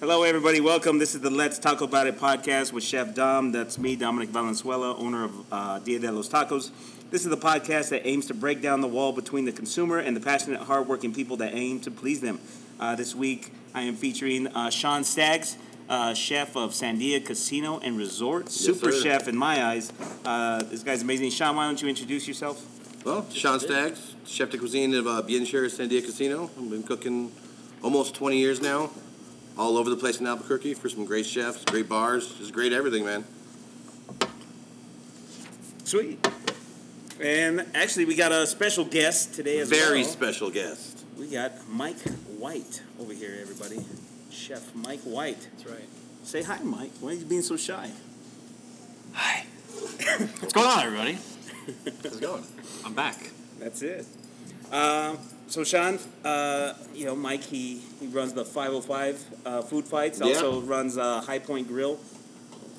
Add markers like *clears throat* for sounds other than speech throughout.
Hello, everybody. Welcome. This is the Let's Talk About It podcast with Chef Dom. That's me, Dominic Valenzuela, owner of uh, Dia de los Tacos. This is the podcast that aims to break down the wall between the consumer and the passionate, hardworking people that aim to please them. Uh, this week, I am featuring uh, Sean Staggs, uh, chef of Sandia Casino and Resort, super sir. chef in my eyes. Uh, this guy's amazing. Sean, why don't you introduce yourself? Well, Sean Staggs, chef de cuisine of uh, Bienshare San Diego Casino. I've been cooking almost 20 years now, all over the place in Albuquerque for some great chefs, great bars, just great everything, man. Sweet. And actually, we got a special guest today as well. Very special guest. We got Mike White over here, everybody. Chef Mike White. That's right. Say hi, Mike. Why are you being so shy? *laughs* Hi. What's going on, everybody? How's it going? I'm back. That's it. Um, so, Sean, uh, you know, Mike, he, he runs the 505 uh, Food Fights, Yeah. also runs uh, High Point Grill.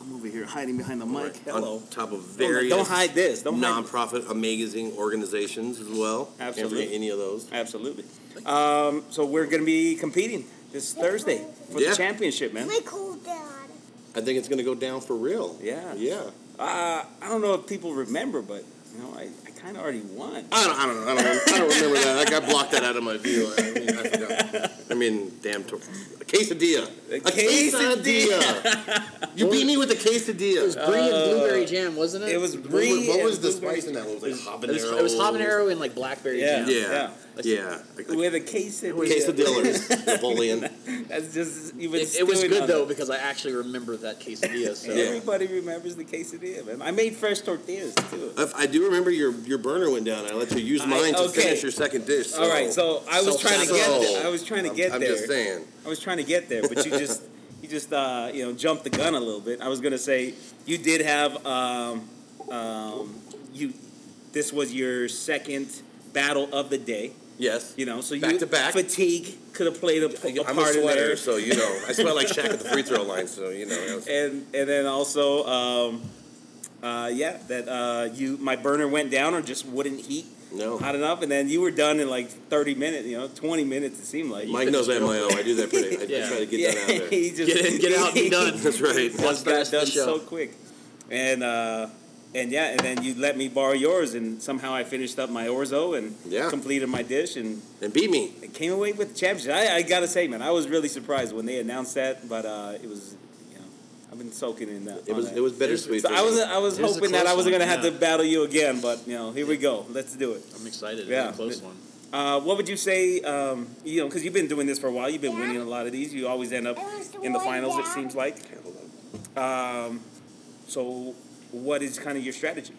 I'm over here hiding behind the mic. Hello. On top of Don't- various Don't hide this. Don't hide nonprofit amazing organizations as well. Can't Absolutely. forget any of those. Absolutely. Um, so, we're going to be competing this Thursday for Yeah. the championship, man. My cool dad. I think it's going to go down for real. Yeah. Yeah. Uh, I don't know if people remember, but, you know, I, I kind of already won. I don't, I don't, I don't, I don't remember that. I, I blocked that out of my view. I mean, I, forgot. I mean damn, tor- a quesadilla. A you beat me with a quesadilla. Brie and blueberry jam, wasn't it? It was What, brie. was- what was and the blueberry- spice in that? What was it, like It habanero? was, it was habanero and like blackberry Yeah. jam. Yeah, yeah. Like, like With a quesadilla. quesadillas, Napoleon. *laughs* That's just you've been It, it was stewing good on though that. because I actually remember that quesadilla. So Yeah. Everybody remembers the quesadilla, man. I made fresh tortillas too. If I do remember your your burner went down. I let you use I- mine to okay. finish your second dish. So. All right, so I was So- trying to get so- there. I was trying to I'm- get I'm, there. just saying. I was trying to get there, but *laughs* you just you just uh, you know jumped the gun a little bit. I was gonna say you did have um, um, you. This was your second battle of the day, Yes. you know. So you Back to back. fatigue could have played a, a I'm a part in sweater, there. so you know I smell like Shaq at the free throw line. So you know. *laughs* that was- and and then also um, uh, yeah that uh, you my burner went down or just wouldn't heat No. hot enough and then you were done in like 30 minutes you know 20 minutes it seemed like Mike knows MIO. I do that pretty. I Yeah. try to get yeah, that out of *laughs* there. he just, Get in, get out, be done. That's right. That's got the rest of done the show. so quick and uh, and yeah and then you let me borrow yours and somehow I finished up my orzo and Yeah. completed my dish and And beat me. I came away with the championship I, I gotta say man I was really surprised when they announced that but uh, it was you know I've been soaking in that It on was that. it was bittersweet. So for I me. was I was It was a hoping that close I was one, going to have to yeah. battle you again, but you know, here we go. Let's do it. I'm excited. Yeah. Yeah, a close one. Uh, what would you say? Um, you know, because you've been doing this for a while, you've been winning a lot of these. You always end up I was the in the one finals. It that- seems like. Um, so, what is kind of your strategy?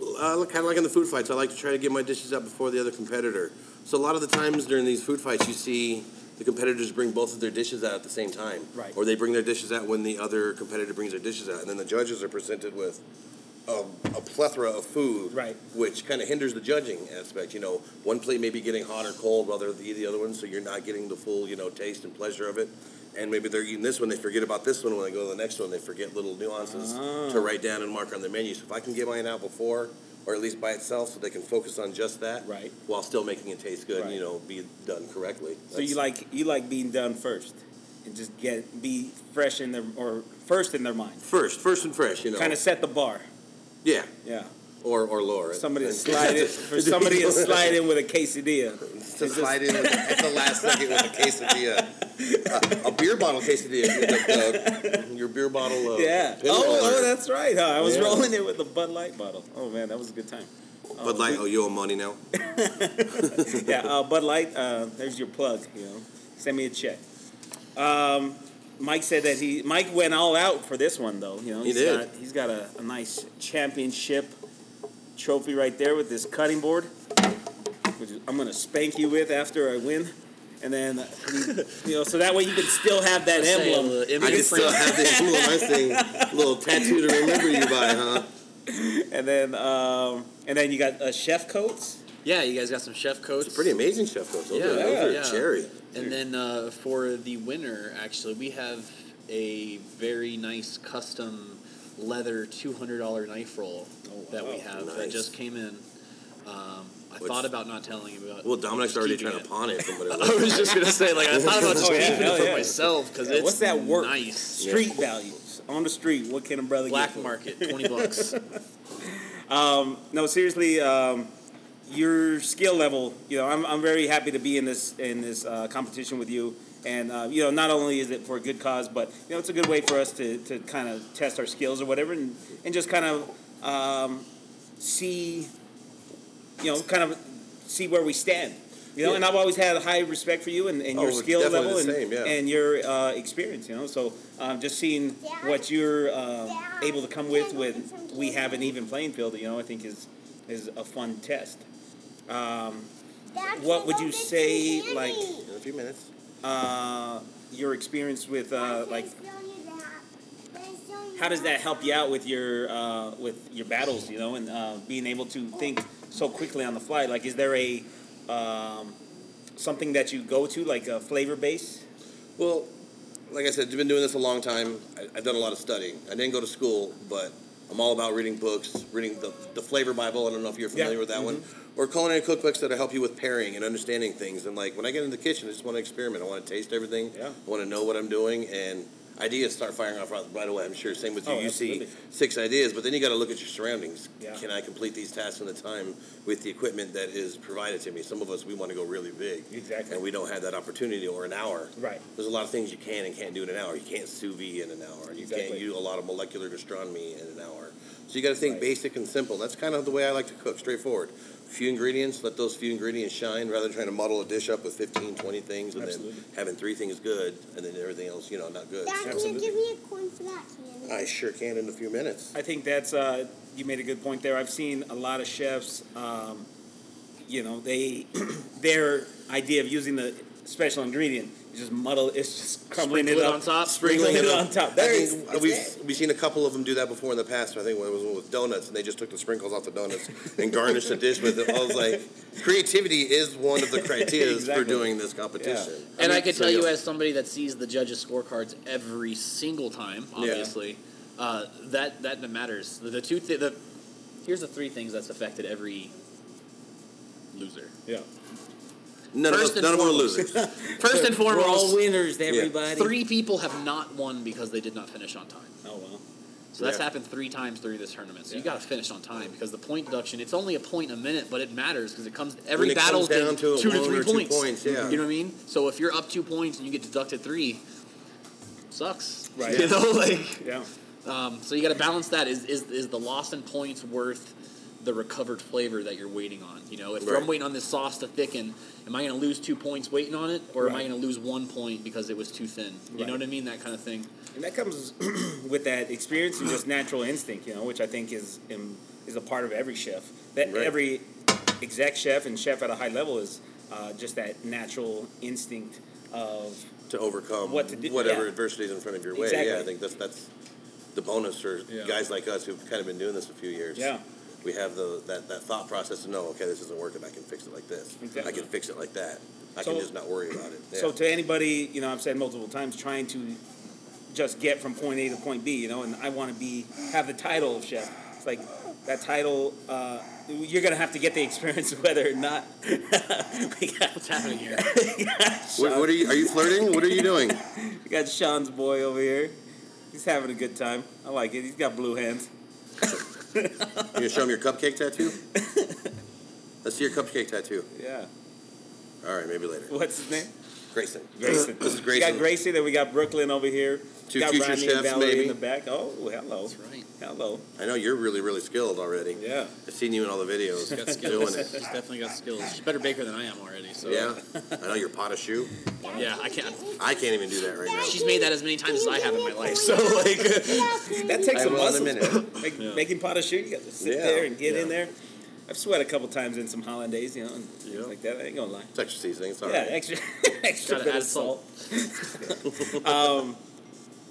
uh, kind of like in the food fights. I like to try to get my dishes up before the other competitor. So a lot of the times during these food fights, you see the competitors bring both of their dishes out at the same time, Right. Or they bring their dishes out when the other competitor brings their dishes out, and then the judges are presented with a, a plethora of food, Right. Which kind of hinders the judging aspect. You know, one plate may be getting hot or cold rather than the other one, so you're not getting the full you know taste and pleasure of it. And maybe they're eating this one, they forget about this one. When they go to the next one, they forget little nuances Ah. to write down and mark on their menu. So if I can get mine out before, or at least by itself, so they can focus on just that, Right. While still making it taste good, and, you Right. know, be done correctly. so you That's- like you like being done first, and just get be fresh in their or first in their mind. first, first and fresh, you know, Kind of set the bar. yeah, Yeah, or or lower. it. somebody to And- slide it for *laughs* somebody to slide in with a quesadilla. to slide in with, at the last second with a quesadilla, uh, a, a beer bottle quesadilla, the- the- your beer bottle. Uh, Yeah. pin Oh, roller. oh, that's right. Huh? I was Yeah. rolling it with the Bud Light bottle. Oh man, that was a good time. Bud Light, oh, you owe money now. *laughs* Yeah, uh, Bud Light. Uh, there's your plug. You know, send me a check. Um, Mike said that he Mike went all out for this one though. You know, He he's did. Got, he's got a, a nice championship trophy right there with this cutting board, which is- I'm gonna spank you with after I win. And then, uh, you know, so that way you can still have that Let's say, emblem. uh, I can still have the influence *laughs* thing, little tattoo to remember you by, huh? And then, um, and then you got uh, chef coats. yeah, you guys got some chef coats. It's a pretty amazing chef coats. Those, Yeah, are, those are yeah. cherry. And then uh, for the winner, actually, we have a very nice custom leather two hundred dollar knife roll Oh, wow. that we have that Nice. just came in. Um, I Which- thought about not telling him about. Well, Dominic's already keeping trying to it. pawn it from what it *laughs* *laughs* I was. was just gonna say, like, I thought about *laughs* just Oh, yeah, keeping hell it for yeah. myself because it's what's that work? nice. Street values on the street. What can a brother get? Black for it? *laughs* market, twenty bucks. No, seriously, um, your skill level. You know, I'm, I'm very happy to be in this in this uh, competition with you. And uh, you know, not only is it for a good cause, but you know, it's a good way for us to, to kind of test our skills or whatever, and, and just kind of um, see, you know, kind of see where we stand. You know, Yeah. and I've always had a high respect for you and, and Oh, your we're skill definitely level the and, same, yeah. and your uh, experience. You know, so um, just seeing Dad? what you're um, Dad, able to come can I with go with get some we candy? have an even playing field. You know, I think is is a fun test. Um, Dad, What can I would go you get some say, candy? like, In a few minutes. uh, your experience with uh, Dad, like can I show you that? Can I show you how does that help you out with your uh, with your battles? You know, and uh, being able to think so quickly on the fly. Like, is there a um, something that you go to like a flavor base? Well, like I said, I've been doing this a long time. I, I've done a lot of studying. I didn't go to school, but I'm all about reading books, reading the, the Flavor Bible. I don't know if you're familiar Yeah. Mm-hmm. with that one, or culinary cookbooks that help you with pairing and understanding things. And like when I get in the kitchen, I just want to experiment. I want to taste everything. Yeah. I want to know what I'm doing and. Ideas start firing off right- right away. I'm sure. Same with you. Oh, you absolutely. see six ideas, but then you got to look at your surroundings. Yeah. Can I complete these tasks in the time with the equipment that is provided to me? Some of us we want to go really big, Exactly. and we don't have that opportunity or an hour. Right. There's a lot of things you can and can't do in an hour. You can't sous vide in an hour. You Exactly. can't do a lot of molecular gastronomy in an hour. So you got to think Right. basic and simple. That's kind of the way I like to cook, straightforward. Few ingredients, let those few ingredients shine rather than trying to muddle a dish up with 15, 20 things and Absolutely. then having three things good and then everything else, you know, not good. Dad, can you Absolutely. give me a coin for that *laughs* candy? I sure can in a few minutes. I think that's uh, you made a good point there. I've seen a lot of chefs, um, you know, they *clears throat* their idea of using the special ingredient is just muddle. It's just crumbling Sprinkle it up it on top. sprinkling it on top. There I is think we've, we've seen a couple of them do that before in the past. I think when it was with donuts, and they just took the sprinkles off the *laughs* donuts and garnished the dish with it. I was like, creativity is one of the *laughs* criteria Exactly. for doing this competition. And I mean, can so tell you, you'll- as somebody that sees the judges' scorecards every single time, Yeah. obviously, uh, that that matters. The, the two th- the here's the three things that's affected every loser. Yeah. none of first us, and none of them are foremost. losers. First and foremost, winners, everybody. three people have not won because they did not finish on time. Oh well. So that's Yeah. happened three times through this tournament. So you Yeah. got to finish on time because the point deduction. It's only a point a minute, but it matters because it comes every When it battle comes down to it, two to one three or two points. points, yeah. You know what I mean? So if you're up two points and you get deducted three, sucks. Right. You know, like Yeah. um, so you got to balance that. Is, is is the loss in points worth the recovered flavor that you're waiting on? You know, if Right. I'm waiting on this sauce to thicken, am I going to lose two points waiting on it, or am I Right. going to lose one point because it was too thin? You Right. know what I mean? That kind of thing. And that comes *clears throat* with that experience and just natural instinct, you know, which I think is um, is a part of every chef. That Right. every exec chef and chef at a high level is uh, just that natural instinct of to overcome What to do- whatever yeah. adversity is in front of your way. Yeah, Exactly. I think that's that's the bonus for Yeah. guys like us who've kind of been doing this a few years. Yeah. We have the that, that thought process to know, okay, this isn't working. I can fix it like this. Exactly. I can fix it like that. I So- can just not worry about it. Yeah. So to anybody, you know, I've said multiple times, trying to just get from point A to point B, you know, and I want to be have the title of chef. It's like that title. Uh, you're gonna have to get the experience *laughs* whether or not. we, got, What's *laughs* happening here? what, what are you? Are you flirting? What are you doing? we got Sean's boy over here. He's having a good time. I like it. He's got blue hands. *laughs* You gonna show him your cupcake tattoo? Let's see your cupcake tattoo. Yeah. All right, maybe later. What's his name? Grayson. Grayson. this is We Grayson. got Gracie. Then we got Brooklyn over here. Two we got future Rodney and chefs, Valerie in maybe. the back. Oh, hello. That's right. Hello. I know you're really, really skilled already. Yeah. I've seen you in all the videos She's got skills. doing She's it. definitely got skills. She's a better baker than I am already. So Yeah, I know your pot of shoe. Dad, Yeah, can I you can't- give me- I can't even do that right now. she's made that as many times as I have in my life. So Dad, like, can That you- takes I some will in muscle. a minute. Make, Yeah. Making pot of shoe, you got to sit Yeah. there and get in Yeah. there. I've sweat a couple times in some hollandaise, you know, and Yeah. things like that. I ain't gonna lie. It's extra seasoning. It's all yeah, right. extra, *laughs* extra Gotta bit add of salt. *laughs* um,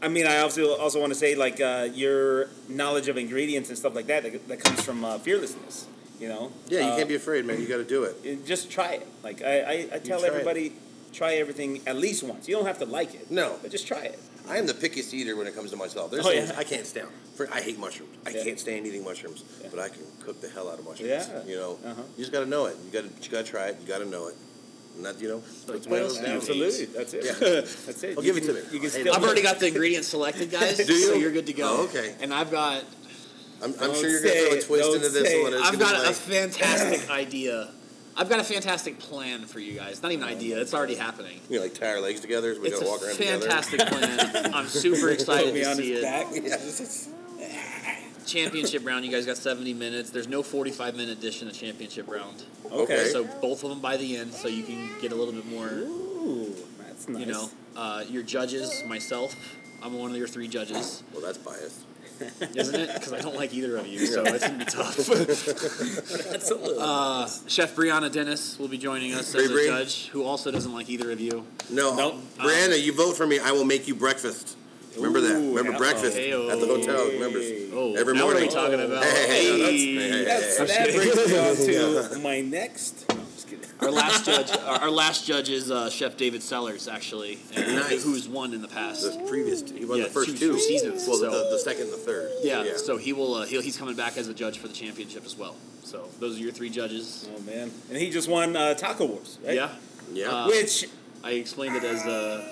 I mean, I also also want to say like uh, your knowledge of ingredients and stuff like that that, that comes from uh, fearlessness. You know. yeah, you Uh, can't be afraid, man. You got to do it. it- just try it. Like I, I, I tell try it. everybody, try, try everything at least once. You don't have to like it. No. But just try it. I am the pickiest eater when it comes to myself. There's Oh, things yeah. I can't stand. For, I hate mushrooms. I Yeah. can't stand eating mushrooms, Yeah. but I can cook the hell out of mushrooms. Yeah. You know, Uh-huh. you just got to know it. You got to you got to try it. You got to know it. And that you know, like, it's what one of else those do you things. Absolutely. That's it. Yeah. That's it. Well, You give it can- to me. You can Hey, still *laughs* I've already got the ingredients selected, guys. Do So you? you're good to go. Oh, okay. And I've got I'm, I'm Don't sure you're going to say throw a it. twist Don't into this say one. it. It's I've gonna got be a like, fantastic *laughs* idea. I've got a fantastic plan for you guys. Not even an idea. It's already happening. you know, like tie our legs together. So we It's got to walk a around *laughs* fantastic plan. I'm super put excited me to on see his it. back. Championship round. You guys got 70 minutes. There's no 45 minute dish in the championship round. Okay. Okay. So both of them by the end, so you can get a little bit more. Ooh, that's nice. You know, uh, your judges, myself. I'm one of your three judges, together. Well, that's biased. isn't it? Because I don't like either of you, so it's gonna be tough. *laughs* that's a little. Uh, Chef Brianna Dennis will be joining us as Bree a Bree. judge, who also doesn't like either of you. No, Nope. Brianna, you vote for me. I will make you breakfast. Remember that. Ooh, Remember yeah. breakfast Hey-o. at the hotel. Remember? Oh, Every now morning. What are we talking about? Hey, hey, hey, no, that's- Hey. hey, hey. That's, I'm that brings me on to my next. No, I'm just kidding. our last judge, our, our last judge is uh, Chef David Sellers, actually, and Nice. who's won in the past. The previous two. He won Yeah, the first two two, seasons, Well, so- the, the second and the third. Yeah, so he will. Uh, he'll, he's coming back as a judge for the championship as well. So those are your three judges. Oh man, and he just won uh, Taco Wars, right? Yeah, yeah. Uh, Which I explained it as uh,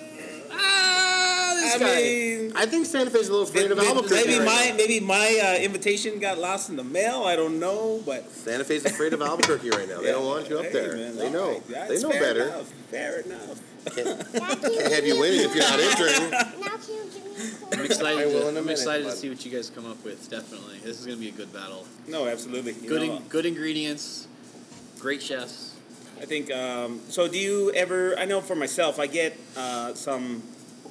ah, this I guy. mean, I think Santa Fe's a little afraid of Albuquerque. maybe right my now. maybe my uh, invitation got lost in the mail. I don't know, but Santa Fe's afraid of Albuquerque right now. They don't want you up Hey, there. man, they all know. right. That's They know fair better. Enough. Fair enough. Now can Can't have you winning if you're *laughs* not entering. Now can you give me a *laughs* I'm quarter? excited. I will to, in a I'm minute, excited to bud. see what you guys come up with. Definitely, this is gonna be a good battle. No, absolutely. You good, know, uh, in, good ingredients, great chefs. I think. Um, so, do you ever? I know for myself, I get uh, some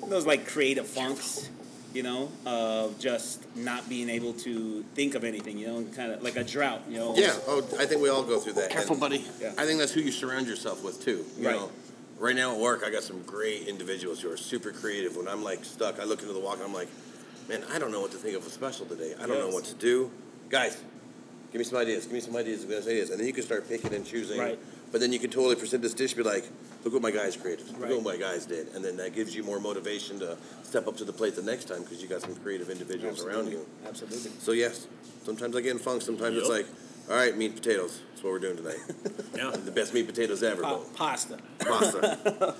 those like creative funks, you know, of just not being able to think of anything, you know, and kind of like a drought, you know. Yeah. Oh, I think we all go through that. Careful, And- buddy. I think that's who you surround yourself with too. You Right. know, right now at work, I got some great individuals who are super creative. When I'm like stuck, I look into the walk and I'm like, man, I don't know what to think of a special today. I don't know Yes. what to do. Guys, give me some ideas. Give me some ideas. Give me some ideas. And then you can start picking and choosing. Right. But then you can totally present this dish, and be like, look what my guys created. Look Right. what my guys did. And then that gives you more motivation to step up to the plate the next time because you got some creative individuals around you. Absolutely. So yes, sometimes I get in funk. Sometimes it's Yep. like, all right, meat and potatoes. That's what we're doing tonight. Yeah. The best meat and potatoes ever. Pa- *laughs* but- pasta. pasta.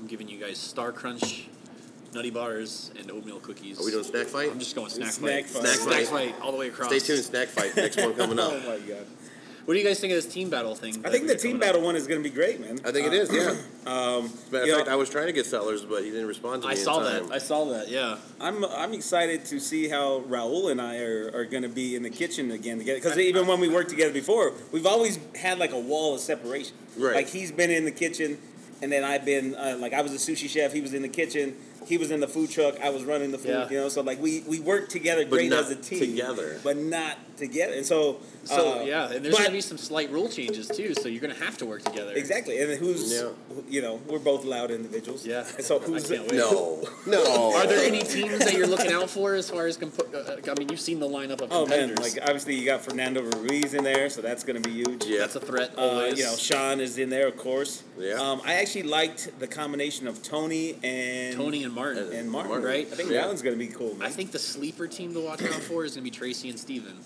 I'm giving you guys Star Crunch, Nutty Bars, and oatmeal cookies. Are we doing snack fight? I'm just going snack, Snack fight. fight. Snack Snack fight. fight all the way across. Stay tuned. Snack fight. Next one coming up. *laughs* Oh my god. What do you guys think of this team battle thing? I that think we the got team coming up? battle one is going to be great, man. Uh, I think it is. Yeah. Uh, Matter you of know- fact, I was trying to get Sellers, but he didn't respond to me. um, I saw in that. time. I saw that. Yeah. I'm I'm excited to see how Raul and I are, are going to be in the kitchen again together. Because even when we worked together before, we've always had like a wall of separation. Right. Like he's been in the kitchen, and then I've been uh, like I was a sushi chef. He was in the kitchen. He was in the food truck. I was running the food. Yeah. You know, so like we we worked together great not as a team. together. But not together. And so So uh, yeah, and there's but- gonna be some slight rule changes too. So you're gonna have to work together. Exactly, and who's Yeah. who- you know we're both loud individuals. Yeah. and so I who's can't *laughs* wait. No. *laughs* No. Are there any teams that you're looking out for as far as compo- uh, I mean, you've seen the lineup of Oh man, competitors. like obviously you got Fernando Ruiz in there, so that's going to be huge. *laughs* Yeah. That's a threat. Uh, Always. you know, Sean is in there, of course. Yeah. Um, I actually liked the combination of Tony and Tony and Martin. and Martin. Martin. Right. I think Yeah. that one's going to be cool, man. I think the sleeper team to watch out for is gonna be Tracy and Steven.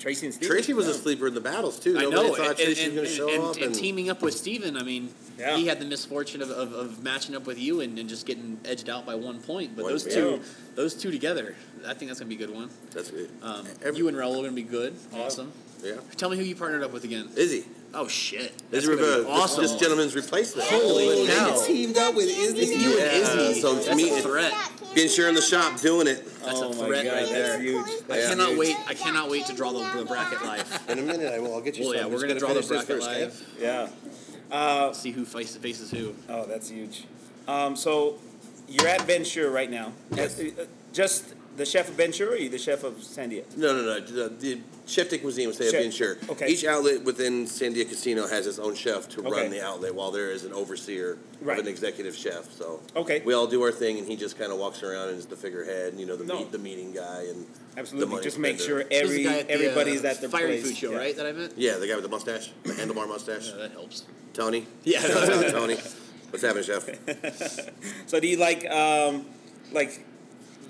Tracy and Steve. Tracy was a sleeper in the battles too. I Nobody know, thought and, Tracy and- was going to show and- and- up. and teaming up with Steven, I mean, Yeah. he had the misfortune of, of, of matching up with you and, and just getting edged out by one point. But One those point. two, those two together, I think that's gonna be a good one. That's it. Um, Every- you and Raul are gonna be good. Awesome. yeah. Tell me who you partnered up with again. Izzy. Oh shit! That's Izzy gonna be Rivera. Awesome. This, this gentleman's replacement. Holy But cow. now, teamed up with Izzy. You and Yeah, Izzy. So that's me- a threat. Being sure in the shop doing it. That's oh a my threat God, right that's there. huge. I That's I cannot huge. wait. I cannot wait to draw the, the bracket live. In a minute, I will. I'll get you Well, yeah, some. we're Just gonna draw gotta the finish this bracket first, live. okay? Yeah. See who face faces who. Oh, that's huge. Um, so you're at Venture right now. Yes. Uh, uh, Just the chef of Venture, or are you the chef of San Diego? No, no, no. The, the chef de cuisine would say Chef- I'm being sure. okay. Each outlet within Sandia Casino has its own chef to Okay. run the outlet, while there is an overseer Right. of an executive chef. So Okay. we all do our thing, and he just kind of walks around and is the figurehead, and you know the No. meet, the meeting guy, and Absolutely. money Just make spender. sure This is the every guy at the, uh, everybody's at their fiery place. food show, Yeah. right? That I meant. yeah, the guy with the mustache, the handlebar *laughs* mustache, Yeah, that helps. *laughs* Tony. Yeah. Shout out to Tony. What's happening, chef? *laughs* So do you like um, like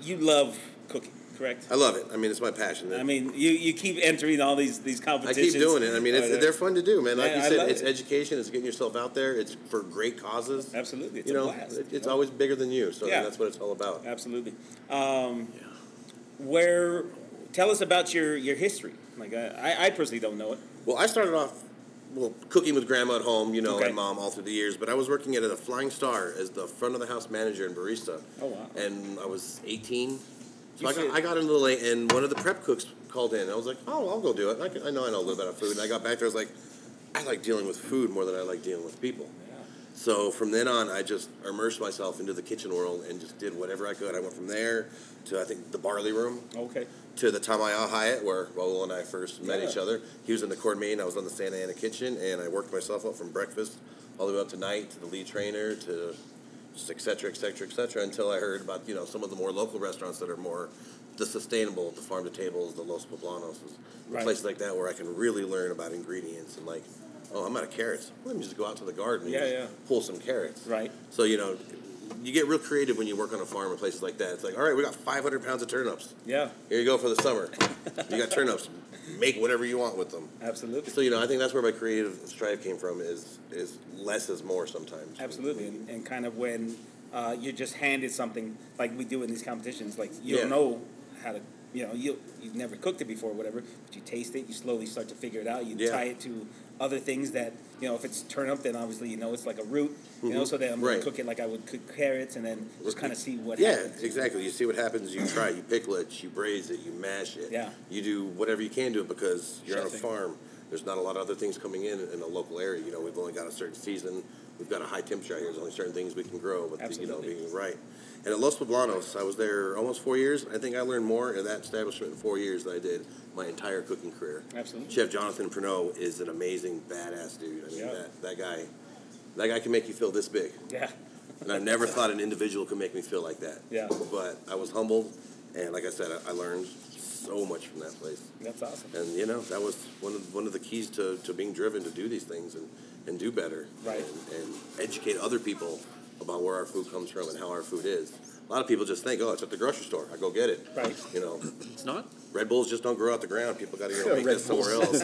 you love cooking, correct? I love it. I mean, it's my passion. I mean, you, you keep entering all these these I competitions. keep doing it. I mean, it's, Right. they're fun to do, man. Like Yeah, I you said, love it's it. education. It's getting yourself out there. It's for great causes. Uh, absolutely it's you a know, blast. it- it's always bigger than you. So I think Yeah. that's what it's all about. absolutely. Um, Where tell us about your your history. Like I, I- I personally don't know it. Well, I started off well cooking with grandma at home, you know, Okay. and mom all through the years. But I was working at a Flying Star as the front of the house manager and barista. Oh, wow. And I was 18. So You I got, said- I got into the lane, and one of the prep cooks called in. I was like, "Oh, I'll go do it. I, can, I know I know a little bit about food." And I got back there. I was like, "I like dealing with food more than I like dealing with people." So from then on, I just immersed myself into the kitchen world and just did whatever I could. I went from there to I think the barley room Okay. to the Tamaya Hyatt where Raul and I first met Yeah. each other. He was in the Cord Main, I was on the Santa Ana kitchen, and I worked myself up from breakfast all the way up to night to the lead trainer to just et cetera, et cetera, et cetera, until I heard about, you know, some of the more local restaurants that are more the sustainable, the farm to tables, the Los Poblanos, the Right. places like that where I can really learn about ingredients and like, oh, I'm out of carrots. Let me just go out to the garden and Yeah, just yeah. pull some carrots. Right. So, you know, you get real creative when you work on a farm and places like that. It's like, all right, we got 500 pounds of turnips. Yeah. Here you go for the summer. You got turnips. Make whatever you want with them. Absolutely. So you know, I think that's where my creative strive came from. Is is less is more sometimes. Absolutely, and, and kind of when uh, you're just handed something like we do in these competitions, like you Yeah. don't know how to, you know, you you've never cooked it before, or whatever, but you taste it, you slowly start to figure it out. You Yeah. tie it to other things that you know. If it's turnip, then obviously you know it's like a root. You know, so then I'm Mm-hmm. Right. gonna cook it like I would cook carrots, and then just kind of see what. Yeah, happens. exactly. You see what happens. You try. You pickle it. You braise it. You mash it. Yeah. You do whatever you can do it because you're on a Chefing. farm. There's not a lot of other things coming in in a local area. You know, we've only got a certain season. We've got a high temperature out here. There's only certain things we can grow. But the, you know, Absolutely. being right. And at Los Poblanos, I was there almost four years. I think I learned more in that establishment in four years than I did my entire cooking career. Absolutely. Chef Jonathan Pernot is an amazing badass dude. I mean, Yeah. that, that guy, that guy can make you feel this big. Yeah. And I never thought an individual could make me feel like that. Yeah. But I was humbled, and like I said, I, I learned so much from that place. That's awesome. And you know, that was one of one of the keys to, to being driven to do these things and, and do better. Right. And, and educate other people about where our food comes from and how our food is. A lot of people just think, oh, it's at the grocery store. I go get it. Right. You know, It's not. Red Bulls just don't grow out the ground. People got to *laughs* go make Red this somewhere else.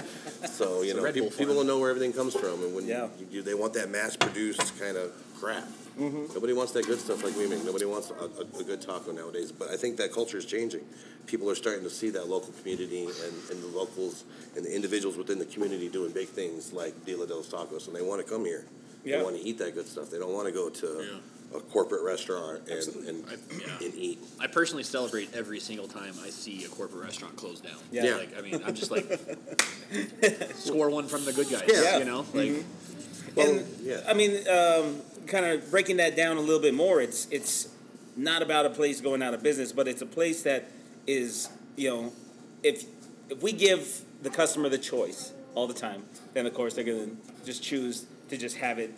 So you know, Red people, Bull people farm. don't know where everything comes from, and when Yeah. you, you, they want that mass-produced kind of crap. Mm-hmm. Nobody wants that good stuff like we make. Nobody wants a, a, a good taco nowadays. But I think that culture is changing. People are starting to see that local community and, and the locals and the individuals within the community doing big things like Dia de los Tacos, and they want to come here. Yeah. They want to eat that good stuff. They don't want to go to Yeah. a corporate restaurant and Absolutely. and, I- yeah. and eat. I personally celebrate every single time I see a corporate restaurant close down. Yeah. Yeah. Like I mean, I'm *laughs* just like score one from the good guys. Yeah. You know, Mm-hmm. like Well, and yeah. I mean, um, kind of breaking that down a little bit more. It's it's not about a place going out of business, but it's a place that is you know, if if we give the customer the choice all the time, then of course they're gonna just choose to just have it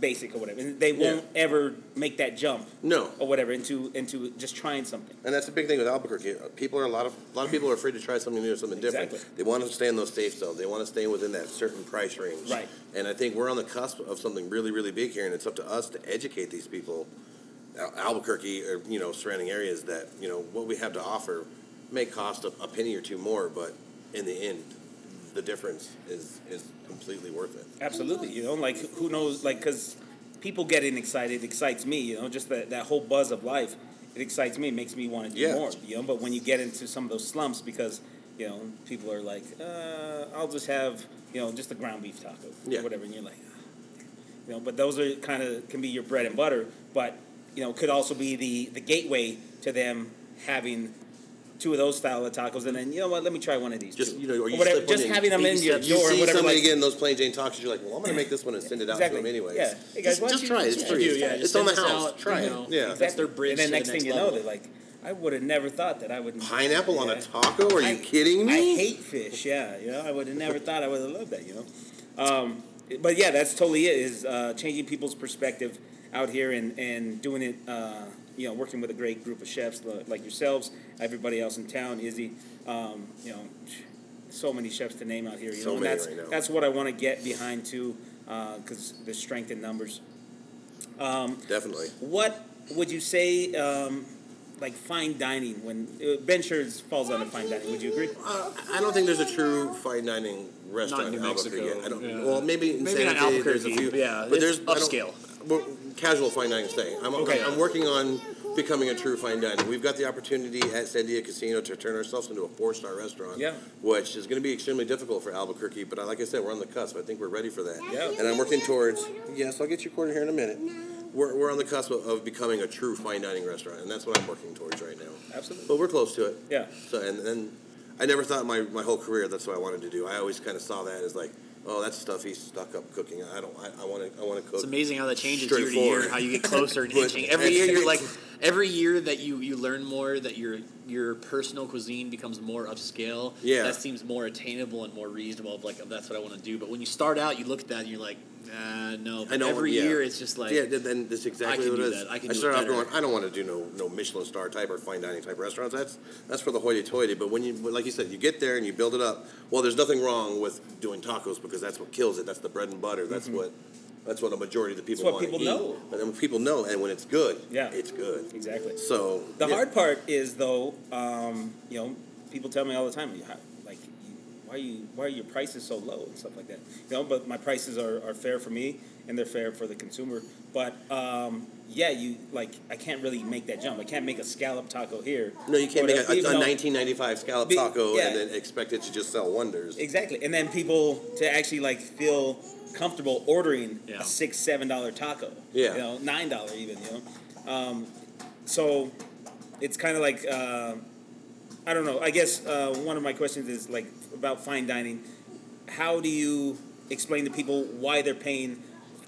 basic or whatever, and they Yeah. won't ever make that jump No. or whatever into into just trying something. And that's the big thing with Albuquerque. People are a lot of a lot of people are afraid to try something new or something different. Exactly. They want to stay in those safe zones. They want to stay within that certain price range. Right. And I think we're on the cusp of something really, really big here, and it's up to us to educate these people, Al- Albuquerque or you know surrounding areas, that you know what we have to offer may cost a, a penny or two more, but in the end, the difference is is completely worth it. Absolutely, you know, like who knows, like because people getting excited excites me, you know, just that that whole buzz of life. It excites me, it makes me want to do Yeah. more, you know. But when you get into some of those slumps, because you know people are like, uh, "I'll just have you know just the ground beef taco, Yeah. or whatever," and you're like, "Ah." you know. But those are kind of can be your bread and butter, but you know could also be the the gateway to them having two of those style of tacos, and then you know what, let me try one of these. Just too. you know, or you whatever, slip one just in, having them you in see- your you door, see or whatever. somebody like- getting those plain Jane tacos, you're like, well, I'm gonna make this one and send it out Exactly. to them anyways. Yeah. Hey, guys, just why don't just you- try it. It's yeah, free. you do, yeah. It's Just on the send this house. out, try you it. know. Yeah. That's their And bridge then to the next thing next you know, level. they're like, I would have never thought that I would Pineapple on Yeah. a taco? Are you I- kidding me? I hate fish. Yeah, you know, I would have never thought I would have loved that. You know, um, but yeah, that's totally it. Is uh, changing people's perspective out here and and doing it. Uh, you know, working with a great group of chefs li- like yourselves, everybody else in town, Izzy. Um, you know, so many chefs to name out here. You So know, and many that's right now. uh, that's what I want to get behind too, because the strength in numbers. Definitely. What would you say, um, like fine dining? When uh, Ben Shirts falls under fine dining, would you agree? Uh, I don't think there's a true fine dining restaurant Not in in New Albuquerque Mexico, yet. I don't, yeah. Well, maybe in Maybe San not Jose there's a Albuquerque, few. yeah, but it's there's I don't- upscale. we're- Casual fine dining staying. I'm, I'm- Okay. I'm working on becoming a true fine dining. We've got the opportunity at Sandia Casino to turn ourselves into a four star restaurant, Yeah. which is going to be extremely difficult for Albuquerque. But I- like I said, we're on the cusp. I think we're ready for that. Yeah. And I'm working towards. Yes, I'll get your quarter here in a minute. No. We're, we're on the cusp of, of becoming a true fine dining restaurant, and that's what I'm working towards right now. Absolutely. But we're close to it. Yeah. So and then I never thought my, my whole career that's what I wanted to do. I always kind of saw that as like, oh, that's stuff he's stuck up cooking. I don't. I want to. I want to cook. It's amazing how that changes year to year, Straightforward. how you get closer and *laughs* But- inching. Every year *laughs* you're like, every year that you, you learn more, that your your personal cuisine becomes more upscale. Yeah. that seems more attainable and more reasonable. Of like, oh, that's what I want to do. But when you start out, you look at that and you're like, uh, no. But I know, every yeah. year it's just like, yeah, th- then that's exactly can what do it is. that. I can do it started off better. going, I don't want to do no no Michelin star type or fine dining type restaurants. That's that's for the hoity toity. But when you but like you said, you get there and you build it up. Well, there's nothing wrong with doing tacos because that's what kills it. That's the bread and butter. That's Mm-hmm. what that's what a majority of the people what want people to eat. know. And then people know, and when it's good, Yeah. it's good. Exactly. So The yeah. hard part is though, um, you know, people tell me all the time, you ha- like, you- why are you why are your prices so low and stuff like that. You know, but my prices are, are fair for me and they're fair for the consumer. But um, yeah, you like I can't really make that jump. I can't make a scallop taco here. No, you can't Or make the- a, a, even though- 1995 scallop Be- taco yeah. and then expect it to just sell wonders. Exactly, and then people to actually like feel comfortable ordering Yeah. a six, seven dollar taco. Yeah. you know, nine dollar even. You know, um, so it's kind of like uh, I don't know. I guess uh, one of my questions is like about fine dining. How do you explain to people why they're paying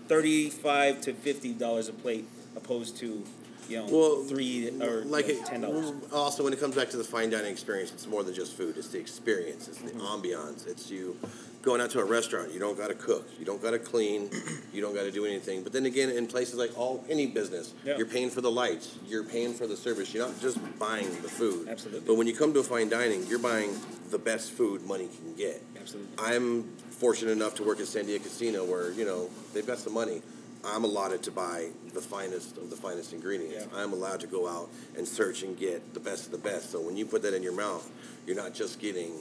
thirty-five to fifty dollars a plate opposed to you know Well, three or like you know, it- ten dollars? Also, when it comes back to the fine dining experience, it's more than just food. It's the experience. It's the Mm-hmm. ambiance. It's you going out to a restaurant. You don't got to cook. You don't got to *clears throat* clean. You don't got to do anything. But then again, in places like all any business, Yeah. you're paying for the lights. You're paying for the service. You're not just buying the food. Absolutely. But when you come to a fine dining, you're buying the best food money can get. Absolutely. I'm fortunate enough to work at Sandia Casino, where you know they've got some money. I'm allotted to buy the finest of the finest ingredients. Yeah. I'm allowed to go out and search and get the best of the best. So when you put that in your mouth, you're not just getting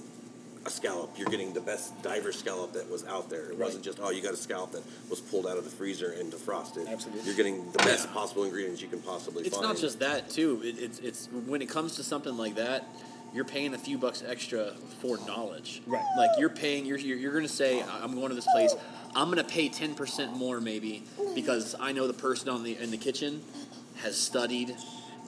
a scallop. You're getting the best diver scallop that was out there. It wasn't just oh, you got a scallop that was pulled out of the freezer and defrosted. Absolutely. You're getting the best possible ingredients you can possibly it's find. not just that too. It, it's it's when it comes to something like that, you're paying a few bucks extra for knowledge. Right. Like you're paying. You're you're, you're going to say, "I- I'm going to this place. I'm going to pay ten percent more maybe because I know the person on the in the kitchen has studied,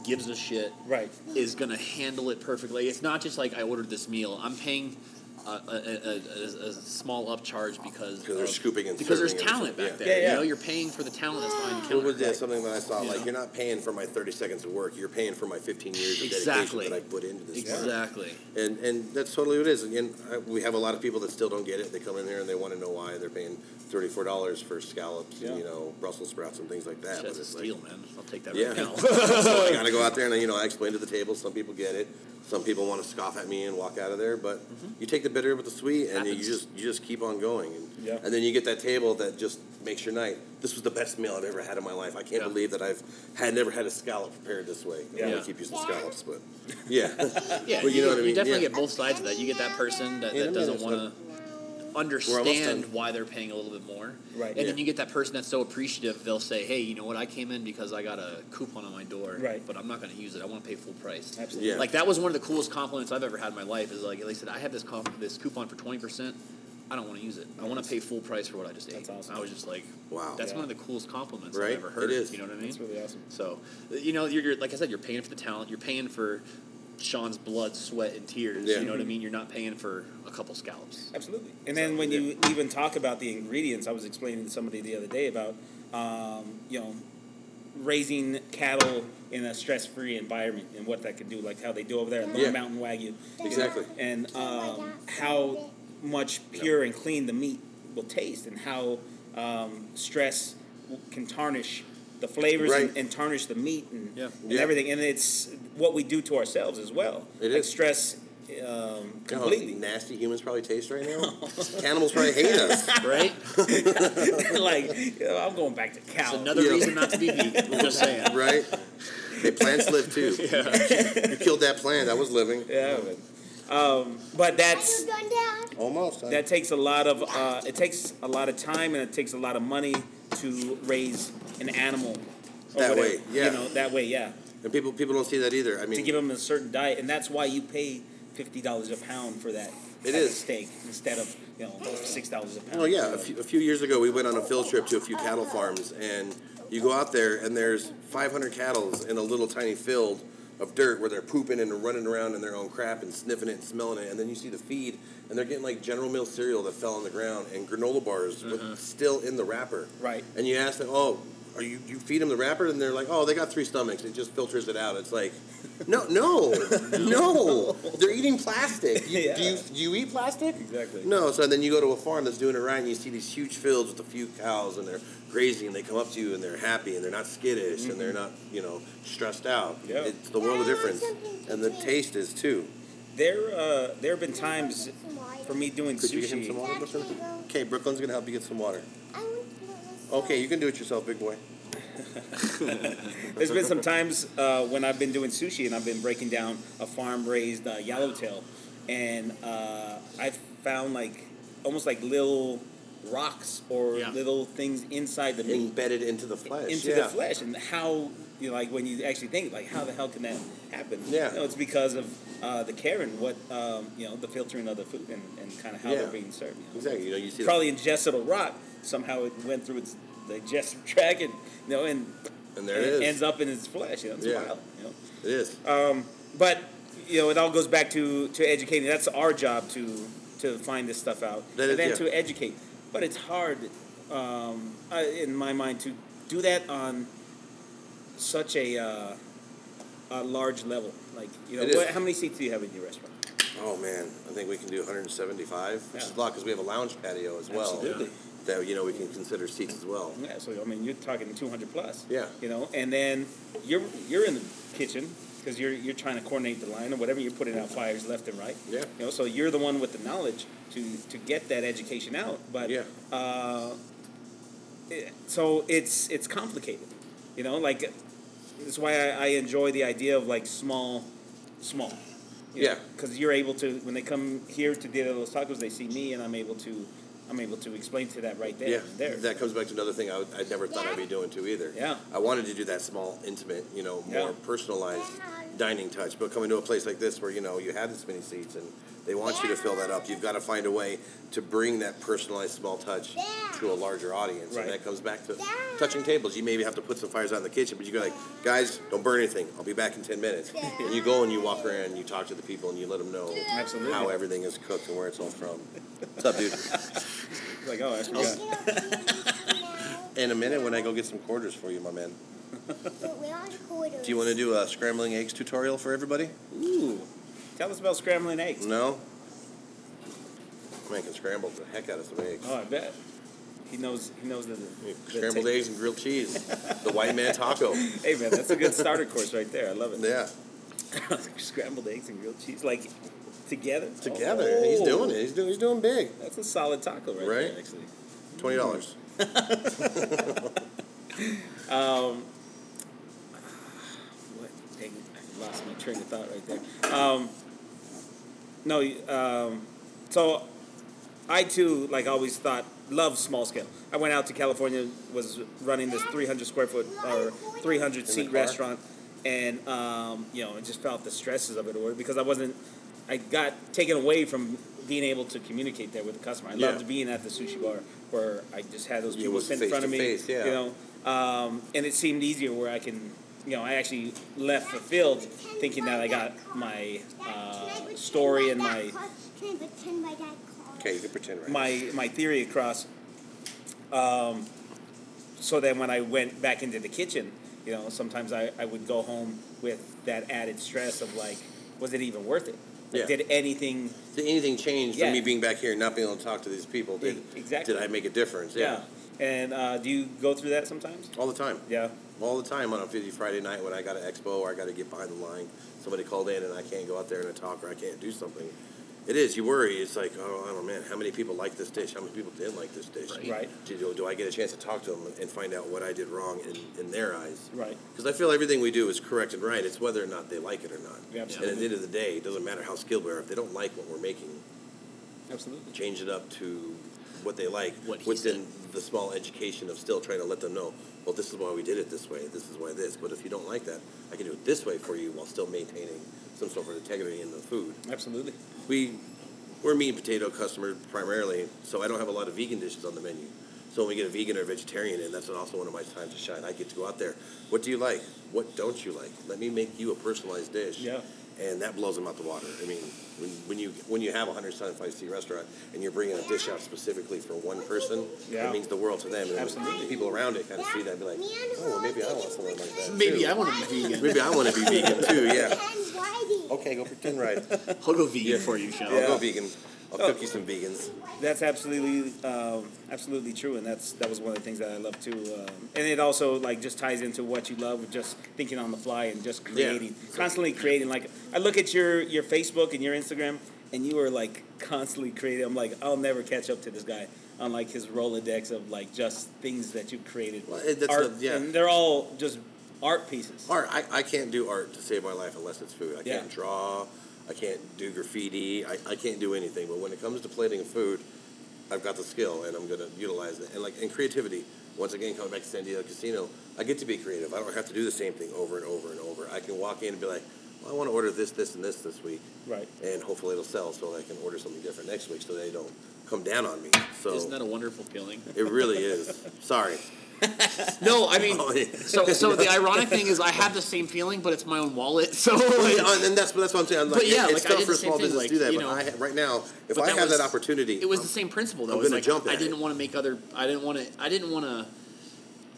gives a shit, Right. is going to handle it perfectly. It's not just like I ordered this meal. I'm paying. A, a, a, a, a small upcharge because Because they're of- scooping and because there's serving and talent stuff, back yeah. there. Yeah, yeah. You know, you're paying for the talent that's behind the What counter. was that? Something that I saw. Yeah. Like you're not paying for my 30 seconds of work. You're paying for my 15 years of dedication Exactly. that I put into this. work. Exactly. And and that's totally what it is. And I, we have a lot of people that still don't get it. They come in there and they want to know why they're paying thirty four dollars for scallops Yeah. and you know Brussels sprouts and things like that. Shit, But That's a it's like, steal, man. I'll take that Yeah. right *laughs* now. so I gotta go out there and you know I explain to the table. Some people get it. Some people want to scoff at me and walk out of there. But Mm-hmm. you take the bitter with the sweet, and you Happens. just you just keep on going. And, Yeah. and then you get that table that just makes your night. This was the best meal I've ever had in my life. I can't Yeah. believe that I've had never had a scallop prepared this way. I'm Yeah. gonna keep using scallops, but yeah. *laughs* *laughs* Yeah, Well, you, you know what I you mean, definitely yeah. get both sides of that. You get that person that, Yeah, I that mean, doesn't it's want to understand done. why they're paying a little bit more. Right. And then you get that person that's so appreciative, they'll say, hey, you know what, I came in because I got a coupon on my door, Right. but I'm not going to use it. I want to pay full price. Absolutely. Yeah. Like, that was one of the coolest compliments I've ever had in my life is like, they said, I have this, comp- this coupon for 20%. I don't want to use it. I want to pay full price for what I just ate. That's awesome. I was just like, Wow. That's Yeah. one of the coolest compliments Right? I've ever heard. It is. You know what I mean? That's really awesome. So, you know, you're, you're like I said, you're paying for the talent. You're paying for Sean's blood, sweat, and tears. Yeah. You know what I mean? You're not paying for a couple *laughs* scallops. Absolutely. And then when you even talk about the ingredients, I was explaining to somebody the other day about, um, you know, raising cattle in a stress-free environment and what that could do, like how they do over there in Long Yeah. Mountain Wagyu, Exactly. and um, how much pure and clean the meat will taste, and how um, stress w- can tarnish the flavors Right. and, and tarnish the meat and, Yeah. and Yeah. everything. And it's what we do to ourselves as well. It Like is. stress um, You know how completely. nasty humans probably taste right *laughs* now. Cannibals probably hate us. right? like you know, I'm going back to cow. It's another Yeah. reason not to be vegan. *laughs* I'm just saying. right? Hey, plants *laughs* live too. You killed that plant. That was living. yeah, but, um, but that's Are you going down? Almost. huh? that takes a lot of uh, it takes a lot of time and it takes a lot of money to raise an animal or That whatever, way, yeah. you know that way yeah and people people don't see that either. I to give mean, them a certain diet and that's why you pay fifty dollars a pound for that It type of is. steak instead of you know six dollars a pound oh yeah. So, A few, a few years ago, we went on a field trip to a few cattle farms, and you go out there, and there's 500 cattle in a little tiny field of dirt where they're pooping and running around in their own crap and sniffing it and smelling it, and then you see the feed, and they're getting like General Mills cereal that fell on the ground and granola bars Mm-hmm. with, still in the wrapper. right and you ask them, "Oh, are you you feed them the wrapper?" and they're like, "Oh, they got three stomachs. It just filters it out." It's like, no, *laughs* no, no. They're eating plastic. You, Do you Yeah. do you eat plastic? exactly No. So then you go to a farm that's doing it right, and you see these huge fields with a few cows, and they're grazing, and they come up to you, and they're happy, and they're not skittish, and they're not you know stressed out. Mm-hmm. Yeah. It's the world of I want difference, something to and the drink. taste is too. there uh, there have been times for me doing Could sushi you get him some water, Dad, Brooklyn? can I go? Okay, Brooklyn's gonna help you get some water. I want to listen. Okay, you can do it yourself, big boy. There's been some times uh, when I've been doing sushi and I've been breaking down a farm raised uh, yellowtail, and uh, I found like almost like little rocks or Yeah. little things inside the meat Embedded into the flesh. into yeah. the flesh, and how you know, like when you actually think like how the hell can that happen? Yeah. you know, it's because of uh, the care and what um, you know the filtering of the food and, and kind of how Yeah. they're being served. you know. Exactly. You know, you see the Probably ingested a rock. Somehow it went through its digestive *laughs* tract, and you know, and And there and it it is. ends up in his flesh. You know, it's Yeah. wild. You know? it is. But you know, it all goes back to to educating. That's our job to to find this stuff out That and is- then yeah. to educate. But it's hard, um, I, in my mind, to do that on such a uh, a large level. Like you It is. know, what, how many seats do you have in your restaurant? oh man, I think we can do 175, which is a Yeah. lot because we have a lounge patio as well. Absolutely. That you know we can consider seats as well. Yeah, so I mean, you're talking 200 plus. Yeah. You know, and then you're you're in the kitchen because you're you're trying to coordinate the line or whatever. You're putting out fires left and right. Yeah. You know, so you're the one with the knowledge to to get that education out. But Yeah. Uh, it- so it's it's complicated. You know, like that's why I, I enjoy the idea of like small, small. Yeah. Because you're able to when they come here to Dia de los Tacos, they see me and I'm able to. I'm able to explain to that right there. Yeah, there. that comes back to another thing I, would- I never thought I'd be doing too either. Yeah. I wanted to do that small, intimate, you know, more Yeah. personalized dining touch, but coming to a place like this where you know you have this many seats and they want you to fill that up, you've got to find a way to bring that personalized small touch to a larger audience, Right. and that comes back to touching tables. You maybe have to put some fires out in the kitchen, but you go like, guys, don't burn anything. I'll be back in ten minutes. and you go and you walk around, and you talk to the people, and you let them know Absolutely. how everything is cooked and where it's all from. What's up, dude? Like, oh, I Can I forgot. get over here now? In a minute, when I go get some quarters for you, my man. But we're on quarters. Do you want to do a scrambling eggs tutorial for everybody? Ooh. Tell us about scrambling eggs. No? Man can scramble the heck out of some eggs. Oh, I bet. He knows. He knows the. the Scrambled eggs and grilled cheese. the white *laughs* man taco. Hey man, that's a good starter course right there. I love it. *laughs* Yeah. Scrambled eggs and grilled cheese, like together. Together. He's Oh. doing it. He's doing, he's doing big. That's a solid taco right, Right? there, actually. Twenty dollars. Um, what? Dang it! I lost my train of thought right there. Um, no, um, so I too, like always, thought love small scale. I went out to California, was running this 300 square foot or 300 seat car? restaurant, and um, you know, I just felt the stresses of it, or because I wasn't, I got taken away from being able to communicate there with the customer. I Yeah. loved being at the sushi bar where I just had those You people was sit in front of me, face-to-face, yeah. you know, um, and it seemed easier where I can, you know, I actually left fulfilled thinking that I got my Dad, can I uh, pretend story by and that my car? Can I pretend by that car? Okay, you can pretend right. my my theory across. Um, so then when I went back into the kitchen, you know, sometimes I, I would go home with that added stress of like, was it even worth it? Like, Yeah. Did anything? Did anything change Yeah. from me being back here and not being able to talk to these people? Did E- exactly. did I make a difference? Yeah. And uh, do you go through that sometimes? All the time. Yeah. all the time on a busy Friday night when I got an expo or I got to get behind the line. Somebody called in and I can't go out there and I talk or I can't do something. It is. You worry. It's like, oh, I don't know, man. How many people like this dish? How many people didn't like this dish? Right. Right. Do, do I get a chance to talk to them and find out what I did wrong in, in their eyes? Right. Because I feel everything we do is correct and right. It's whether or not they like it or not. Yeah, and at absolutely. the end of the day, it doesn't matter how skilled we are. If they don't like what we're making, Absolutely. change it up to what they like What he within the small education of still trying to let them know, well, this is why we did it this way, this is why this. But if you don't like that, I can do it this way for you while still maintaining some sort of integrity in the food. Absolutely. We we're a meat and potato customer primarily, so I don't have a lot of vegan dishes on the menu. So when we get a vegan or vegetarian in, that's also one of my times to shine. I get to go out there. What do you like? What don't you like? Let me make you a personalized dish. Yeah. And that blows them out the water. I mean, when, when you when you have a 175 seat restaurant and you're bringing a dish out specifically for one person, Yeah. it means the world to them. And when Absolutely. the people around it kind of see that and be like, oh, well, maybe I want something like *laughs* that. Maybe too. I want to be vegan. maybe I want to be vegan too. Yeah. Ten riding. Okay, go for ten *laughs* rides. I'll go vegan for you, Sean. I'll go vegan. I'll cook you some vegans. That's absolutely, um, absolutely true, and that's that was one of the things that I love too. Um, and it also like just ties into what you love, with just thinking on the fly and just creating, constantly creating. Like I look at your your Facebook and your Instagram, and you are like constantly creating. I'm like, I'll never catch up to this guy on like his Rolodex of like just things that you've created. Well, it- that's art, the- yeah. and they're all just art pieces. Art, I, I can't do art to save my life unless it's food. I Yeah. can't draw. I can't do graffiti. I, I can't do anything. But when it comes to plating food, I've got the skill and I'm gonna utilize it. And like and creativity, once again coming back to San Diego Casino, I get to be creative. I don't have to do the same thing over and over and over. I can walk in and be like, well, I want to order this, this, and this this week, Right. and hopefully it'll sell so that I can order something different next week so they don't come down on me. So Isn't that a wonderful feeling? it *laughs* really is. Sorry. *laughs* No, I *laughs* mean, Oh, yeah. so so the ironic thing is I have the same feeling, but it's my own wallet. *laughs* So like, Well, yeah, and that's that's what I'm saying. I'm But like, yeah, it's like, I tough did for the same small thing, business like, to do that. you but know, I ha- right now, if but I that have was- that opportunity, it was I'm- the same principle though. I'm It's gonna like, jump at I didn't it. want to make other. I didn't want to. I didn't want to.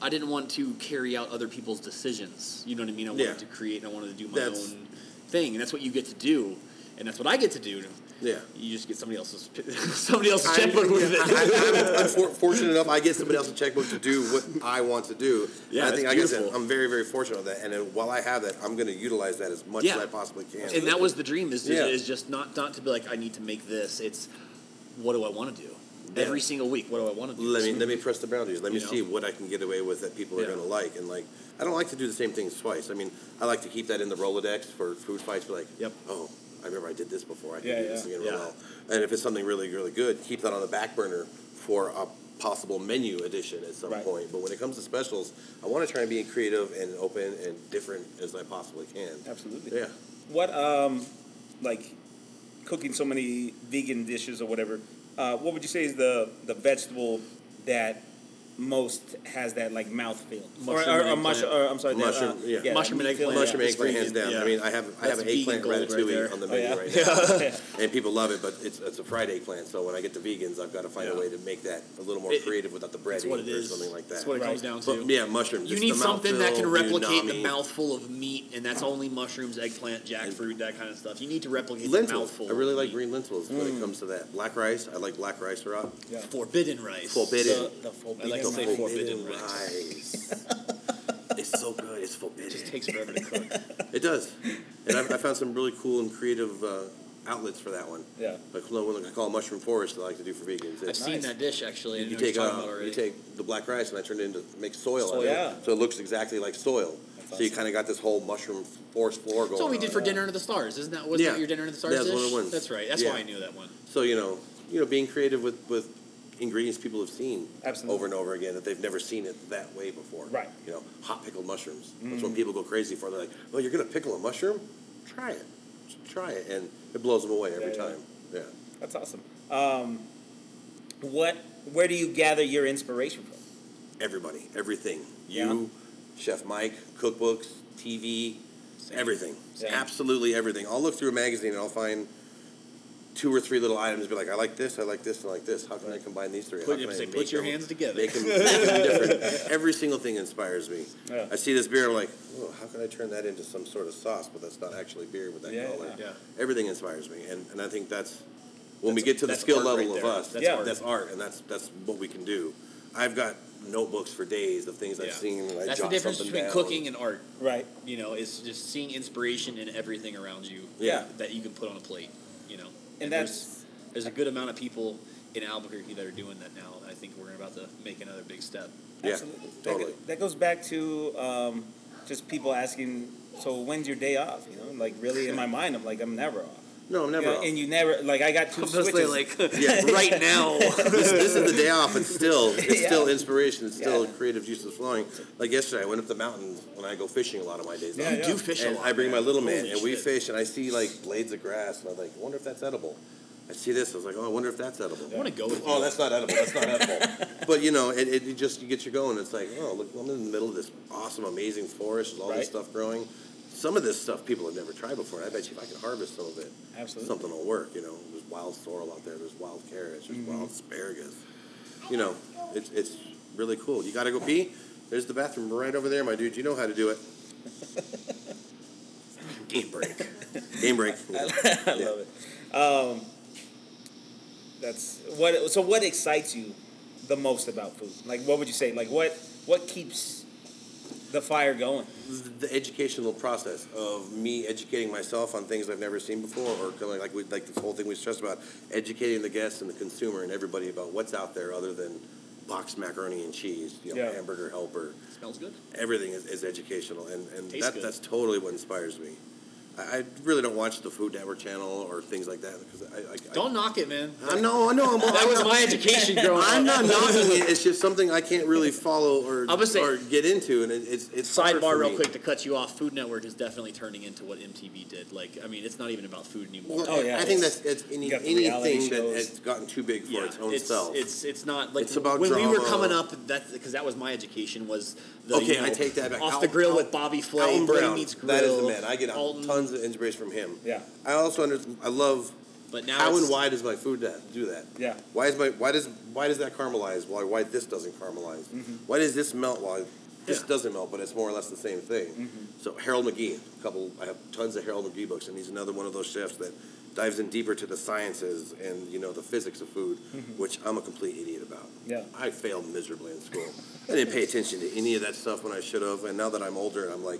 I didn't want to carry out other people's decisions. You know what I mean? I wanted Yeah. to create and I wanted to do my That's- own thing, and that's what you get to do, and that's what I get to do. yeah. You just get somebody else's *laughs* somebody else's I- checkbook with *laughs* I, it. I, I'm *laughs* unfor- fortunate enough, I get somebody else's checkbook to do what I want to do. Yeah, And I think, that's like I said, beautiful. I'm very, very fortunate with that. And then while I have that, I'm going to utilize that as much Yeah. as I possibly can. and that was the dream is, Yeah. is just not not to be like I need to make this. It's what do I want to do Yeah. every single week? What do I want to do? let me let me press the boundaries. Let me You know? see what I can get away with that people are Yeah. going to like. And like, I don't like to do the same things twice. I mean, I like to keep that in the Rolodex for food fights. But like, Yep. oh, I remember I did this before. I can Yeah, do this yeah. again Yeah. real well. And if it's something really really good, keep that on the back burner for a possible menu addition at some Right. point. But when it comes to specials, I want to try and be creative and open and different as I possibly can. Absolutely. Yeah. What um, like cooking so many vegan dishes or whatever? Uh, what would you say is the the vegetable that most has that like mouth feel? Or, Mushroom or, and or mushroom? eggplant. Or, I'm sorry, that, uh, Mushroom, yeah. Mushroom and meat feel, eggplant. Mushroom Oh, Yeah, eggplant, it's hands down. vegan, I mean, I have I That's have an vegan eggplant gold right ratatouille there. on the Oh, menu yeah? *laughs* right now, and people love it. But it's, it's a fried eggplant, so when I get to vegans, I've got to find Yeah. a way to make that a little more It- creative without the breading That's what it or is. something like that. That's what it Right. comes down to. But yeah, mushrooms. You it's need the something that can mouthfeel, replicate the umami. mouthful of meat, and that's only mushrooms, eggplant, jackfruit, that kind of stuff. You need to replicate the Lentils. mouthful. Mm. I really of like meat. green lentils when it comes to that. Black rice. I like black rice a lot. Yeah. forbidden rice. Forbidden. The, the forbidden like to The say rice. forbidden rice. it's so good. It's forbidden. It just takes forever to *laughs* cook. It does, and I, I found some really cool and creative uh, outlets for that one. Yeah. Like no one I call it mushroom forest. that I like to do for vegans. I've It's, seen Nice. that dish actually. I you know what take you're uh, talking about already. you take the black rice and I turn it into make Soil. soil. out of it. Yeah. So it looks exactly like soil. That's So you awesome. kind of got this whole mushroom forest floor going. that's what we on. did for Dinner Under the Stars, isn't that? Was uh, Yeah. that your Dinner Under the Stars Yeah, it's dish? one of the ones. That's right. That's Yeah. why I knew that one. So you know, you know, being creative with with ingredients people have seen Absolutely. over and over again that they've never seen it that way before. Right. Mm. You know, hot pickled mushrooms. That's when people go crazy for. They're like, "Well, you're gonna pickle a mushroom? Try it, Just try it," and it blows them away every Yeah, yeah. time. Yeah. That's awesome. Um, what? Where do you gather your inspiration from? Everybody, everything. You, Chef Mike, cookbooks, TV, everything. Same. Absolutely everything. I'll look through a magazine and I'll find two or three little items. Be like, I like this, I like this, and I like this. How can I combine these three? How Put, can I say, make put your them- hands together. *laughs* Make them, make them different. Every single thing inspires me. Yeah. I see this beer, I'm like, oh, how can I turn that into some sort of sauce? But that's not actually beer with that Yeah, color. yeah. Everything inspires me, and, and I think that's when we That's- get to the that's skill art level right of there. us. That's Yeah. art. that's art, and that's that's what we can do. I've got notebooks for days of things I've Yeah. seen. And I That's the jot difference something between down. cooking and art. Right. You know, is just seeing inspiration in everything around you. Yeah. That you can put on a plate. You know, And there's- that's there's a good amount of people in Albuquerque that are doing that now. and I think we're about to make another *laughs* big step. Yeah, absolutely. That go- totally. That, goes back to um, just people asking, so when's your day off? You know, like really in *laughs* my mind, I'm like, I'm never off. No, I'm You never. know, off. and you never like I got two switches. Yeah. *laughs* right now. this, this is the day off. It's *laughs* still it's still Yeah. inspiration. It's still Yeah. creative juices flowing. Like yesterday, I went up the mountain when I go fishing. A lot of my days. Yeah, off. You do fish a and lot, I bring my man. little man, Holy and we shit. fish, and I see like blades of grass, and I'm like, I wonder if that's edible. I see this, I was like, oh, I wonder if that's edible. I want to go with Oh, that's not edible. That's not *laughs* edible. But you know, it, it you just you get you going. It's like, oh, look, I'm in the middle of this awesome, amazing forest. There's all Right. this stuff growing. Some of this stuff people have never tried before. and I bet you if I can harvest some of it, Absolutely. something will work. You know, there's wild sorrel out there. There's wild carrots. Mm-hmm. There's wild asparagus. You know, it's it's really cool. You got to go pee. There's the bathroom right over there, my dude. You know how to *laughs* do it. Game break. Game break. *laughs* I love it. Um, that's what. So, what excites you the most about food? Like, what would you say? Like, what what keeps the fire going? the educational process of me educating myself on things I've never seen before, or kind of like we like this whole thing we stressed about educating the guests and the consumer and everybody about what's out there other than boxed macaroni and cheese, you know, Yeah. hamburger helper. it. *laughs* Smells good. Everything is, is educational, and and Tastes that, good. that's totally what inspires me. I, I really don't watch the Food Network channel or things like that because I, I Don't knock it, man. I, I know I know I'm, *laughs* That was my education growing I'm up. *laughs* not knocking it. It's just something I can't really follow or I'm gonna say- or get into, and it, it's it's hard for Sidebar, real me. quick, to cut you off. Food Network is definitely turning into what MTV did. Like, I mean, it's not even about food anymore. Well, Oh, yeah, I think it's- that's, that's any, you got the anything reality that shows. has gotten too big for its own it's, self. It's it's not like It's about when we were drama. coming up. That's because that was my education was the Okay, you know, I take that back. Off Al- the grill Al- with Bobby Flay, Alton Buddy Brown, meets grill. that is the man. I get Alton, tons of inspiration from him. Yeah, I also under, I love But now how it's, and why does my food that, do that? yeah. Why is my why does why does that caramelize? Why why this doesn't caramelize? Why does this melt? Why this Yeah. doesn't melt? But it's more or less the same thing. So Harold McGee, a couple. I have tons of Harold McGee books, and he's another one of those chefs that dives in deeper to the sciences and you know the physics of food, which I'm a complete idiot about. Yeah. I failed miserably in school. I didn't pay attention to any of that stuff when I should have, and now that I'm older, and I'm like.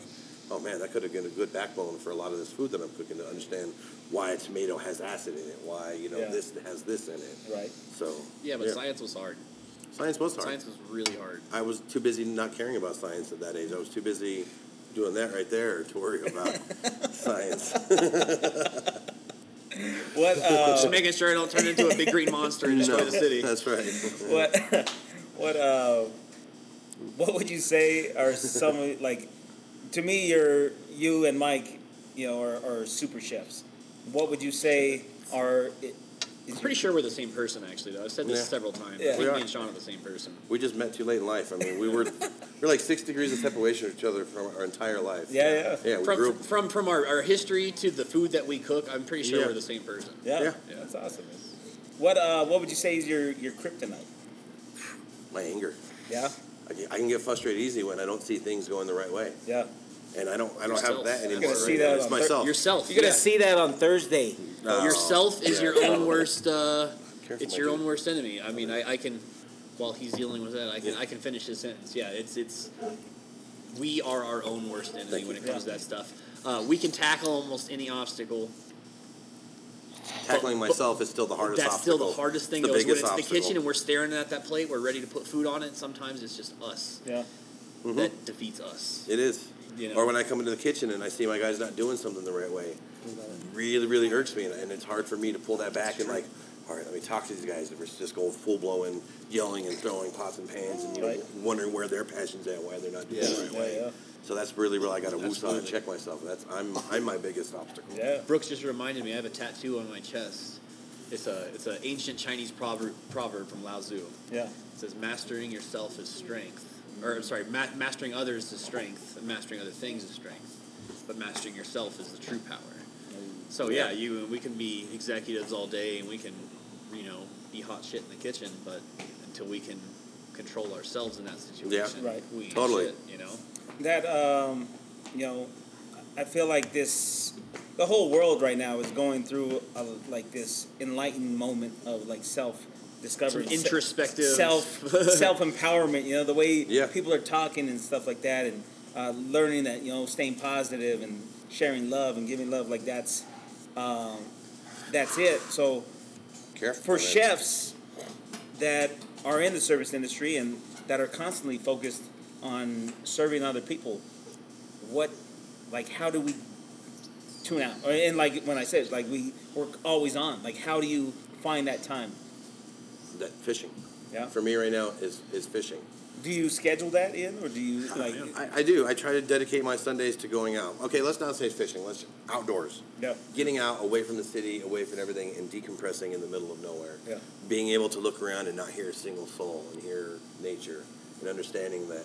Oh man, that could have been a good backbone for a lot of this food that I'm cooking to understand why a tomato has acid in it, why you know Yeah. this has this in it. Right. *laughs* So Yeah, but science was hard. science was hard. Science was really hard. I was too busy not caring about science at that age. I was too busy doing that right there to worry *laughs* about science. *laughs* What uh, Just making sure I don't turn into a big green monster and destroy No, the city. That's right. what *laughs* what uh, what would you say are some of- like? To me, you're you and Mike, you know, are, are super chefs. What would you say are? i- Is I'm pretty sure we're the same person, actually. Though I've said this Yeah. several times. Yeah. I We think are. me and Sean are the same person. We just met too late in life. I mean, we were we're like six degrees of separation from each other from our entire life. Yeah, yeah. Yeah, we From grew. up- from from our, our history to the food that we cook, I'm pretty sure Yeah. we're the same person. Yeah, Yeah. that's awesome. Man. What uh, what would you say is your your kryptonite? My anger. Yeah, I can, I can get frustrated easy when I don't see things going the right way, yeah. and I don't. I don't Yourself. have that You're anymore. gonna right see now. that It's on thir- myself. Yourself. You're gonna yeah. see that on Thursday. No. Yourself is Yeah. your own worst. Uh, Careful, it's your dude. own worst enemy. I mean, I, I can, while he's dealing with that, I can Yeah. I can finish his sentence. Yeah, it's it's. We are our own worst enemy Thank when you. it comes to that stuff. Uh, we can tackle almost any obstacle. Tackling but- myself is still the hardest. That's obstacle. still the hardest thing. It's though, is when biggest it's in the obstacle. kitchen and we're staring at that plate, we're ready to put food on it. Sometimes it's just us Yeah, that defeats us. It is. You know? Mm-hmm. Or when I come into the kitchen and I see my guy's not doing something the right way, really, really irks me, and, and it's hard for me to pull that back and like, all right, let me talk to these guys versus just going full blowing, yelling and throwing pots and pans, and you know, Right. wondering where their passion's at, why they're not doing it the right yeah, way. yeah. So that's really, really I got to woosah and Absolutely. check myself. That's I'm I'm my biggest obstacle. yeah. Brooks just reminded me I have a tattoo on my chest. It's a it's an ancient Chinese proverb proverb from Lao Tzu. yeah. It says mastering yourself is strength, or I'm sorry, ma- mastering others is strength, and mastering other things is strength, but mastering yourself is the true power. So yeah, Mm. Yeah. you and we can be executives all day, and we can, you know, be hot shit in the kitchen, but until we can control ourselves in that situation, Right. we ain't Totally. shit, you know, That um, you know, I feel like this. The whole world right now is going through a, like this enlightened moment of like self discovery, Some introspective- self *laughs* self empowerment. You know the way Yeah. people are talking and stuff like that, and uh, learning that you know staying positive and sharing love and giving love like that's um, that's it. So Careful for with it. chefs that are in the service industry and that are constantly focused on serving other people, what, like, how do we tune out? Or- And like when I said, like we we're always on. Like, how do you find that time? that fishing. Yeah. For me right now is is fishing. Do you schedule that in, or do you Oh, like? *laughs* I, I do. I try to dedicate my Sundays to going out. Okay, let's not say fishing. Let's outdoors. Yeah. Getting out, away from the city, away from everything, and decompressing in the middle of nowhere. Yeah. Being able to look around and not hear a single soul and hear nature and understanding that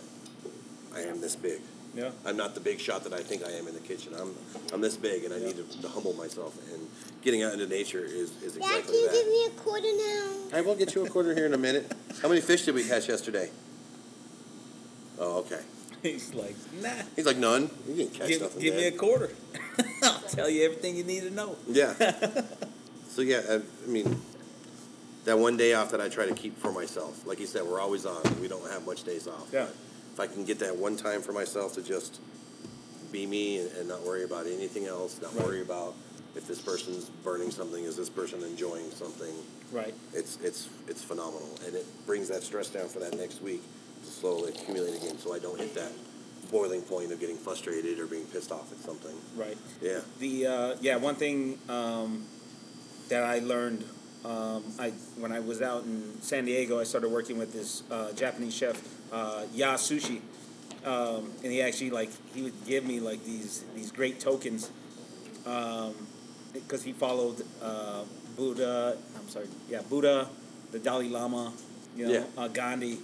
I am this big. Yeah. I'm not the big shot that I think I am in the kitchen. I'm I'm this big, and I need to, to humble myself. And getting out into nature is, is exactly Dad, can you that. give me a quarter now? I will get you a quarter here in a minute. *laughs* How many fish did we catch yesterday? Oh, okay. He's like, nah. He's like, none. You didn't catch Give, nothing. give me a Dad." quarter. *laughs* I'll tell you everything you need to know. *laughs* Yeah. so yeah, I, I mean, that one day off that I try to keep for myself. Like you said, we're always on. We don't have much days off. Yeah. If I can get that one time for myself to just be me and, and not worry about anything else, not worry about if this person's burning something, is this person enjoying something? Right. It's it's it's phenomenal, and it brings that stress down for that next week to slowly accumulate again, so I don't hit that boiling point of getting frustrated or being pissed off at something. Right. Yeah. The uh, yeah, one thing um, that I learned um, I when I was out in San Diego, I started working with this uh, Japanese chef uh, Ya Sushi, um, and he actually like he would give me like these these great tokens because he followed uh, Buddha. I'm sorry, yeah, Buddha, the Dalai Lama, you know, Yeah. uh, Gandhi,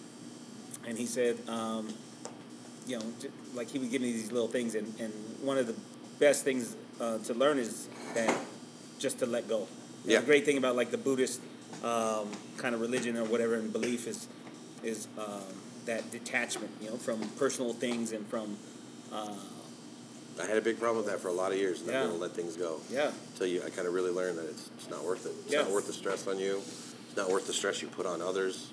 and he said, um, you know, j- like he would give me these little things, and, and one of the best things uh, to learn is that just to let go. You know, Yeah. The great thing about like the Buddhist um, kind of religion or whatever and belief is is um, that detachment, you know, from personal things and from I had a big problem with that for a lot of years, and Yeah. I'm going to let things go. yeah, Until you, I kind of really learned that it's, it's not worth it. It's Yeah. not worth the stress on you. It's not worth the stress you put on others.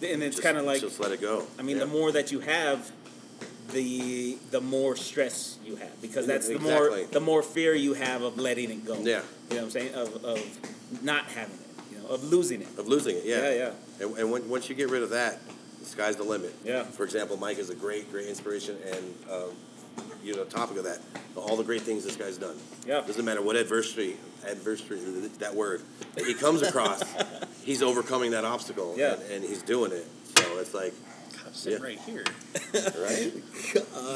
and it's Just- kind of like just let it go. I mean, Yeah. the more that you have, the the more stress you have because that's the more Exactly. the more fear you have of letting it go. Yeah. you know what I'm saying of of not having it, you know, of losing it. of losing it. Yeah, Yeah, yeah. And, and when, once you get rid of that, the sky's the limit. Yeah. For example, Mike is a great, great inspiration, and um, you know, topic of that, all the great things this guy's done. Yeah. Doesn't matter what adversity, adversity, that word that he comes *laughs* across, he's overcoming that obstacle. Yeah. And, and he's doing it. So it's like, I'm sitting Yeah. right here. *laughs* right?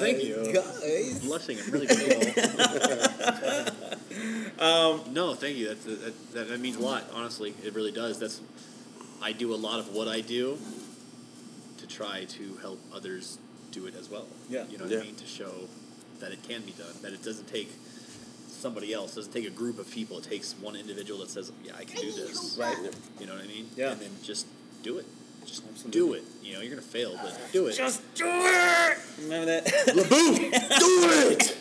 Thank you. Guys. Blushing, I'm really grateful. *laughs* um, no, thank you. That's, that, that, that means a lot. Honestly, it really does. That's I do a lot of what I do to try to help others do it as well. Yeah. you know what Yeah. I mean. To show that it can be done. That it doesn't take somebody else. Doesn't take a group of people. It takes one individual that says, "Yeah, I can do this." Right. You know what I mean? Yeah. And then just do it. Just Absolutely. do it. You know, you're gonna fail, but do it. Just do it. Remember that. *laughs* Laboom! Do it!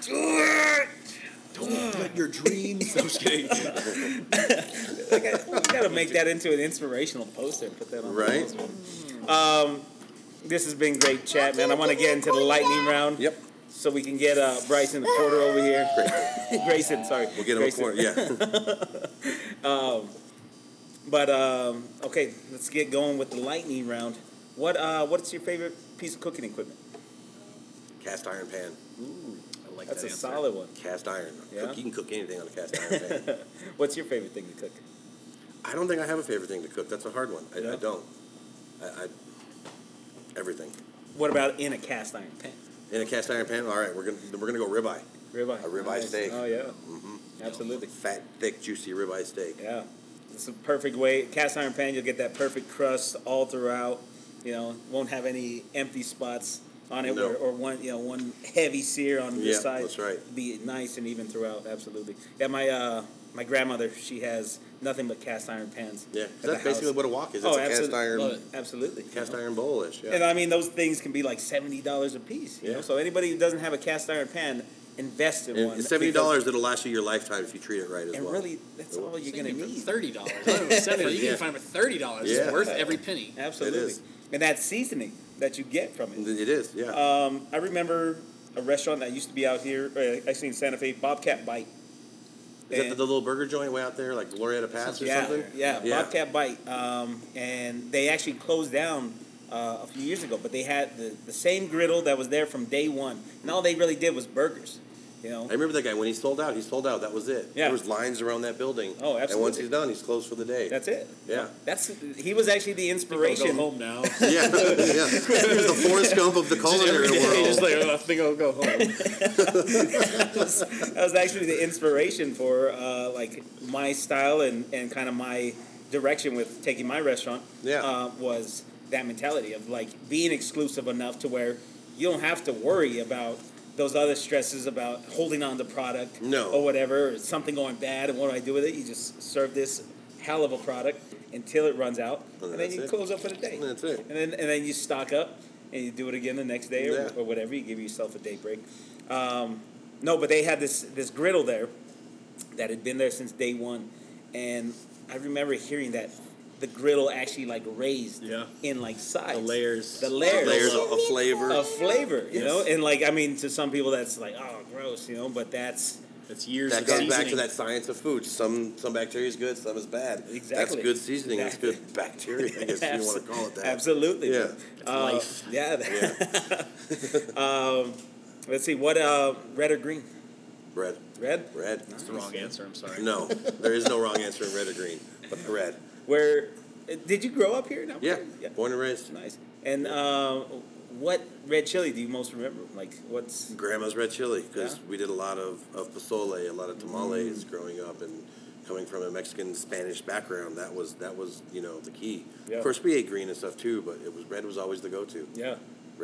do it. Don't let your dreams. *laughs* I'm just kidding. Like, I- you gotta make that into an inspirational poster and put that on. the Right? walls. Um, this has been great chat, man. I want to get into the lightning round. Yep. So we can get uh, Bryson the quarter over here. *laughs* Great. Grayson, sorry. We'll get him a Grayson. Um, corner. Yeah. *laughs* But um, okay, let's get going with the lightning round. What uh, what's your favorite piece of cooking equipment? Cast iron pan. Ooh, I like That's that a answer. solid one. Cast iron. Yeah. Cook, you can cook anything on a cast iron *laughs* pan. What's your favorite thing to cook? I don't think I have a favorite thing to cook. That's a hard one. I, Yeah. I don't. I, I everything What about in a cast iron pan? in a cast iron pan. All right, we're gonna we're gonna go ribeye, Ribeye. A ribeye Nice. steak. Oh yeah, Mhm. absolutely. fat, thick, juicy ribeye steak. Yeah, it's a perfect way. Cast iron pan, you'll get that perfect crust all throughout. You know, won't have any empty spots on it No. or, or one you know one heavy sear on this Yeah, side. that's right. Be nice and even throughout. Absolutely. Yeah, my uh, my grandmother, she has nothing but cast iron pans. Yeah, at 'cause the that's basically house. what a wok is. It's Oh, a cast absolutely. iron, Love it. Absolutely. cast iron bowl ish. Yeah. And I mean, those things can be like seventy dollars a piece. You know? Yeah. So anybody who doesn't have a cast iron pan, invest in And one. it's seventy because- dollars that'll last you your lifetime if you treat it right as And well. really, that's all you're gonna need. Thirty *laughs* dollars. Seventy. You Yeah. can find it for thirty dollars. Yeah. It's worth every penny. Absolutely. It is. And that seasoning that you get from it. It is, yeah. Um, I remember a restaurant that used to be out here, uh, actually in Santa Fe, Bobcat Bite. Is that the, And- the little burger joint way out there, like Glorieta Pass or yeah, something? yeah, Yeah. Bobcat Bite. Um, and they actually closed down uh, a few years ago, but they had the, the same griddle that was there from day one, and all they really did was burgers. You know, I remember that guy when he sold out. He sold out. That was it. Yeah. There was lines around that building. Oh, And once absolutely. he's done, he's closed for the day. that's it. yeah. That's he was actually the Go inspiration. *laughs* home now. yeah, *laughs* yeah. He was the Forrest Gump of the culinary Just world. like, "Oh, I think I'll go home. that was actually the inspiration for uh, like my style and, and kind of my direction with taking my restaurant Yeah. uh, was that mentality of like being exclusive enough to where you don't have to worry about those other stresses about holding on to product No. or whatever or something going bad and what do I do with it you just serve this hell of a product until it runs out And and, then that's you it. close up for the day That's it. and then and then you stock up and you do it again the next day or, Yeah. or whatever. You give yourself a day break. Um, no, but they had this this griddle there that had been there since day one, and I remember hearing that the griddle actually like raised *laughs* Yeah. in like size The layers. the layers, Layers of, of flavor. of flavor, you Yes. know, and like I mean to some people that's like oh gross, you know, but that's It's years that of goes seasoning. back to that science of food. Some some bacteria is good, some is bad. Exactly. That's good seasoning. Exactly. That's good bacteria. I guess if you want to call it that. Absolutely. Yeah. Uh, life. Yeah. *laughs* um, let's see. What uh, red or green? Red, Red. red. That's the wrong answer. I'm sorry. No, there is no wrong answer in red or green, but red. Where uh, did you grow up here? in Yeah, Albuquerque? yeah. born and raised. Nice. And uh, what red chili do you most remember? Like what's Grandma's red chili because Yeah. Mm. we did a lot of, of pozole, a lot of tamales growing up, and coming from a Mexican Spanish background, that was that was you know the key. Yeah. Of course, we ate green and stuff too, but it was red was always the go-to. yeah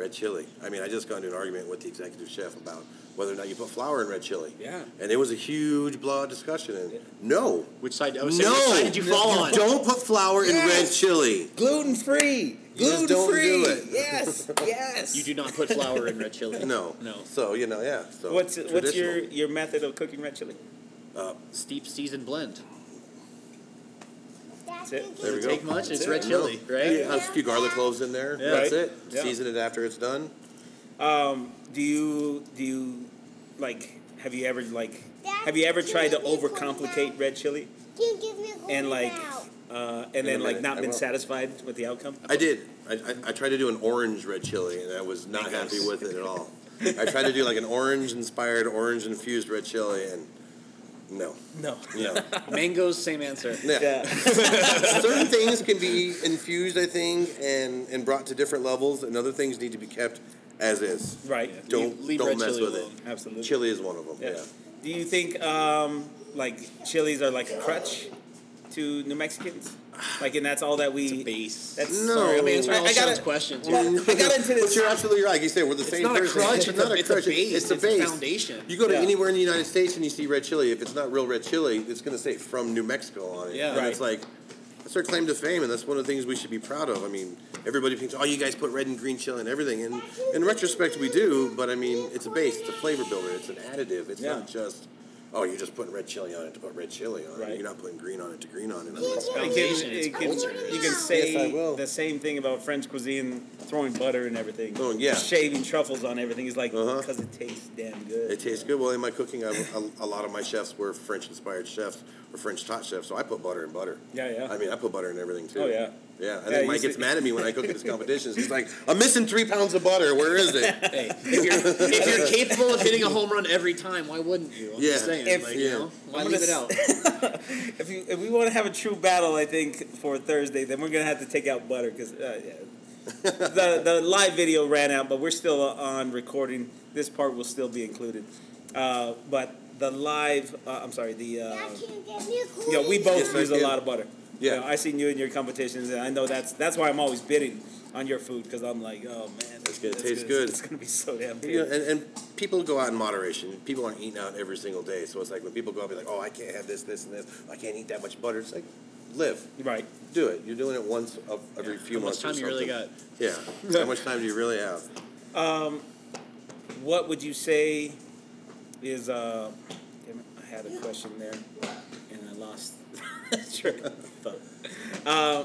Red chili. I mean, I just got into an argument with the executive chef about whether or not you put flour in red chili. Yeah. And it was a huge blowout discussion. And no, Which side? I no, was saying, which side did you fall on? don't put flour in red Yes. chili. gluten free? You just Gluten don't free. do it. *laughs* Yes. Yes. You do not put flour in red chili. No, No. So you know, yeah. So What's what's your traditional. your method of cooking red chili? Steep seasoned blend. That's it. your There we game. go. Take much. It's That's red it. chili, No. right? Yeah, a few garlic cloves in there. Yeah. That's Right. it. Yeah. Season it after it's done. Um, do you do you like have you ever like Dad, have you ever can tried to you make one overcomplicate now? red chili You give me a golden and like bell. uh, and a then like minute, not I been will. satisfied with the outcome? I did. I, I, I tried to do an orange red chili, and I was not happy with it at all. I tried to do like an orange-inspired, orange-infused red chili, and no, No. no. *laughs* Mangoes, same answer. *laughs* Yeah. Yeah. Certain things can be infused, I think, and and brought to different levels, and other things need to be kept as is. right. Don't Leave- leave don't red mess chili with alone. it. Absolutely. Chili is one of them. Yeah. yeah. Do you think um, like chilies are like a crutch to New Mexicans? Like, and that's all that we. Base. That's No. sorry. I mean, it's Answer I, all I Sean's gotta. questions. Well, yeah. *laughs* I got into But this. you're absolutely right. You say we're the same not a person. crutch, it's a- not a it's a crutch. base, It's the it's a base. foundation. You go to Yeah. anywhere in the United States and you see red chili. If it's not real red chili, it's going to say from New Mexico on it. Yeah. And Right. it's like that's our claim to fame, and that's one of the things we should be proud of. I mean, everybody thinks, oh, you guys put red and green chili and everything, and in retrospect, we do. But I mean, it's a base. It's a flavor builder. It's an additive. It's Yeah. not just. Oh, you're just putting red chili on it to put red chili on Right. it. You're not putting green on it to green on it. I mean, You it's- give me You a can, Foundation, you golden can, bell. you can say Yes, I will. the same thing about French cuisine, throwing butter and everything. Oh, yeah. Shaving truffles on everything is like Uh-huh. because it tastes damn good. It tastes good. Well, in my cooking, I, a, a lot of my chefs were French-inspired chefs or French-taught chefs, so I put butter in butter. Yeah, yeah. I mean, I put butter in everything too. Oh, yeah. Yeah. I Yeah, think you Mike gets see- mad at me when I cook at *laughs* his competitions. He's like, "I'm missing three pounds of butter. Where is it?" Hey, if you're, if you're capable of hitting a home run every time, why wouldn't you? I'm Yeah. just saying. If- like, you Yeah. know, why I'm leave it gonna out? *laughs* If you if we want to have a true battle, I think for Thursday, then we're gonna have to take out butter because uh, *laughs* yeah. the the live video ran out, but we're still on recording. This part will still be included, uh, but the live uh, I'm sorry the uh, Dad, can you give me a golden yeah we both Yes, I use a do. lot of butter. Yeah. You know, I seen you in your competitions, and I know that's that's why I'm always bidding on your food because I'm like, oh man, It's gonna that's taste gonna- good. It's gonna be so damn good. You know, and, and people go out in moderation. People aren't eating out every single day, so it's like when people go out, be like, "Oh, I can't have this, this, and this. I can't eat that much butter." It's like, live, Right. do it. You're doing it once of, every few How months. much time or you really got? something. *laughs* Yeah. How much time do you really have? What would you say is uh, damn it, I had a question there, and I lost *laughs* train of thought. Uh,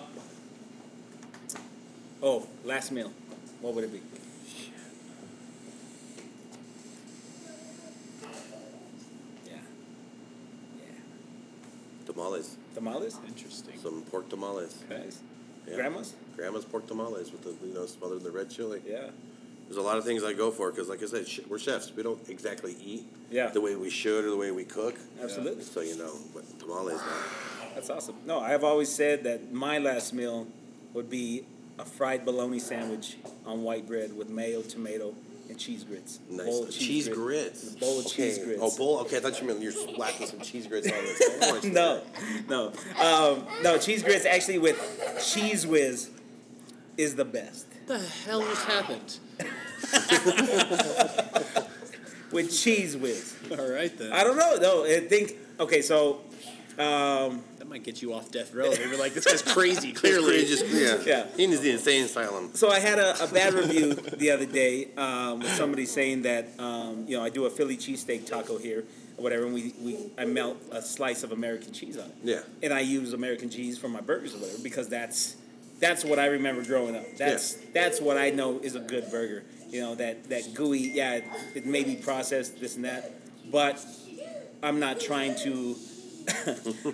oh, last meal. What would it be? Yeah. Yeah. Tamales, Tamales? Interesting. some pork tamales. Nice. Yeah. Grandma's? Grandma's pork tamales with the you know smothered in the red chili. Yeah. There's a lot of things I go for because, like I said, sh- we're chefs. We don't exactly eat Yeah. the way we should or the way we cook. Absolutely. So you know, but tamales. Man. That's awesome. No, I've always said that my last meal would be a fried bologna sandwich on white bread with mayo, tomato, and cheese grits. Nice. Bowl Uh, of cheese grit. grits. A bowl of cheese Okay. grits. Oh, bowl. Okay, I thought you meant you're slacking some cheese grits *laughs* on this. No, no, um, no. Cheese grits actually with cheese whiz is the best. What the hell just happened? With cheese whiz, All right then. I don't know though. I think okay. So that might get you off death row. They were like, this guy's crazy. Clearly, Clearly, just yeah. Yeah. He needs the insane asylum. So I had a, a bad review the other day um, with somebody saying that um, you know I do a Philly cheesesteak taco here or whatever, and we, we I melt a slice of American cheese on it. Yeah. And I use American cheese for my burgers or whatever because that's that's what I remember growing up. That's that's what I know is a good burger. You know that that gooey, yeah, it, it may be processed this and that, but I'm not trying to. *laughs*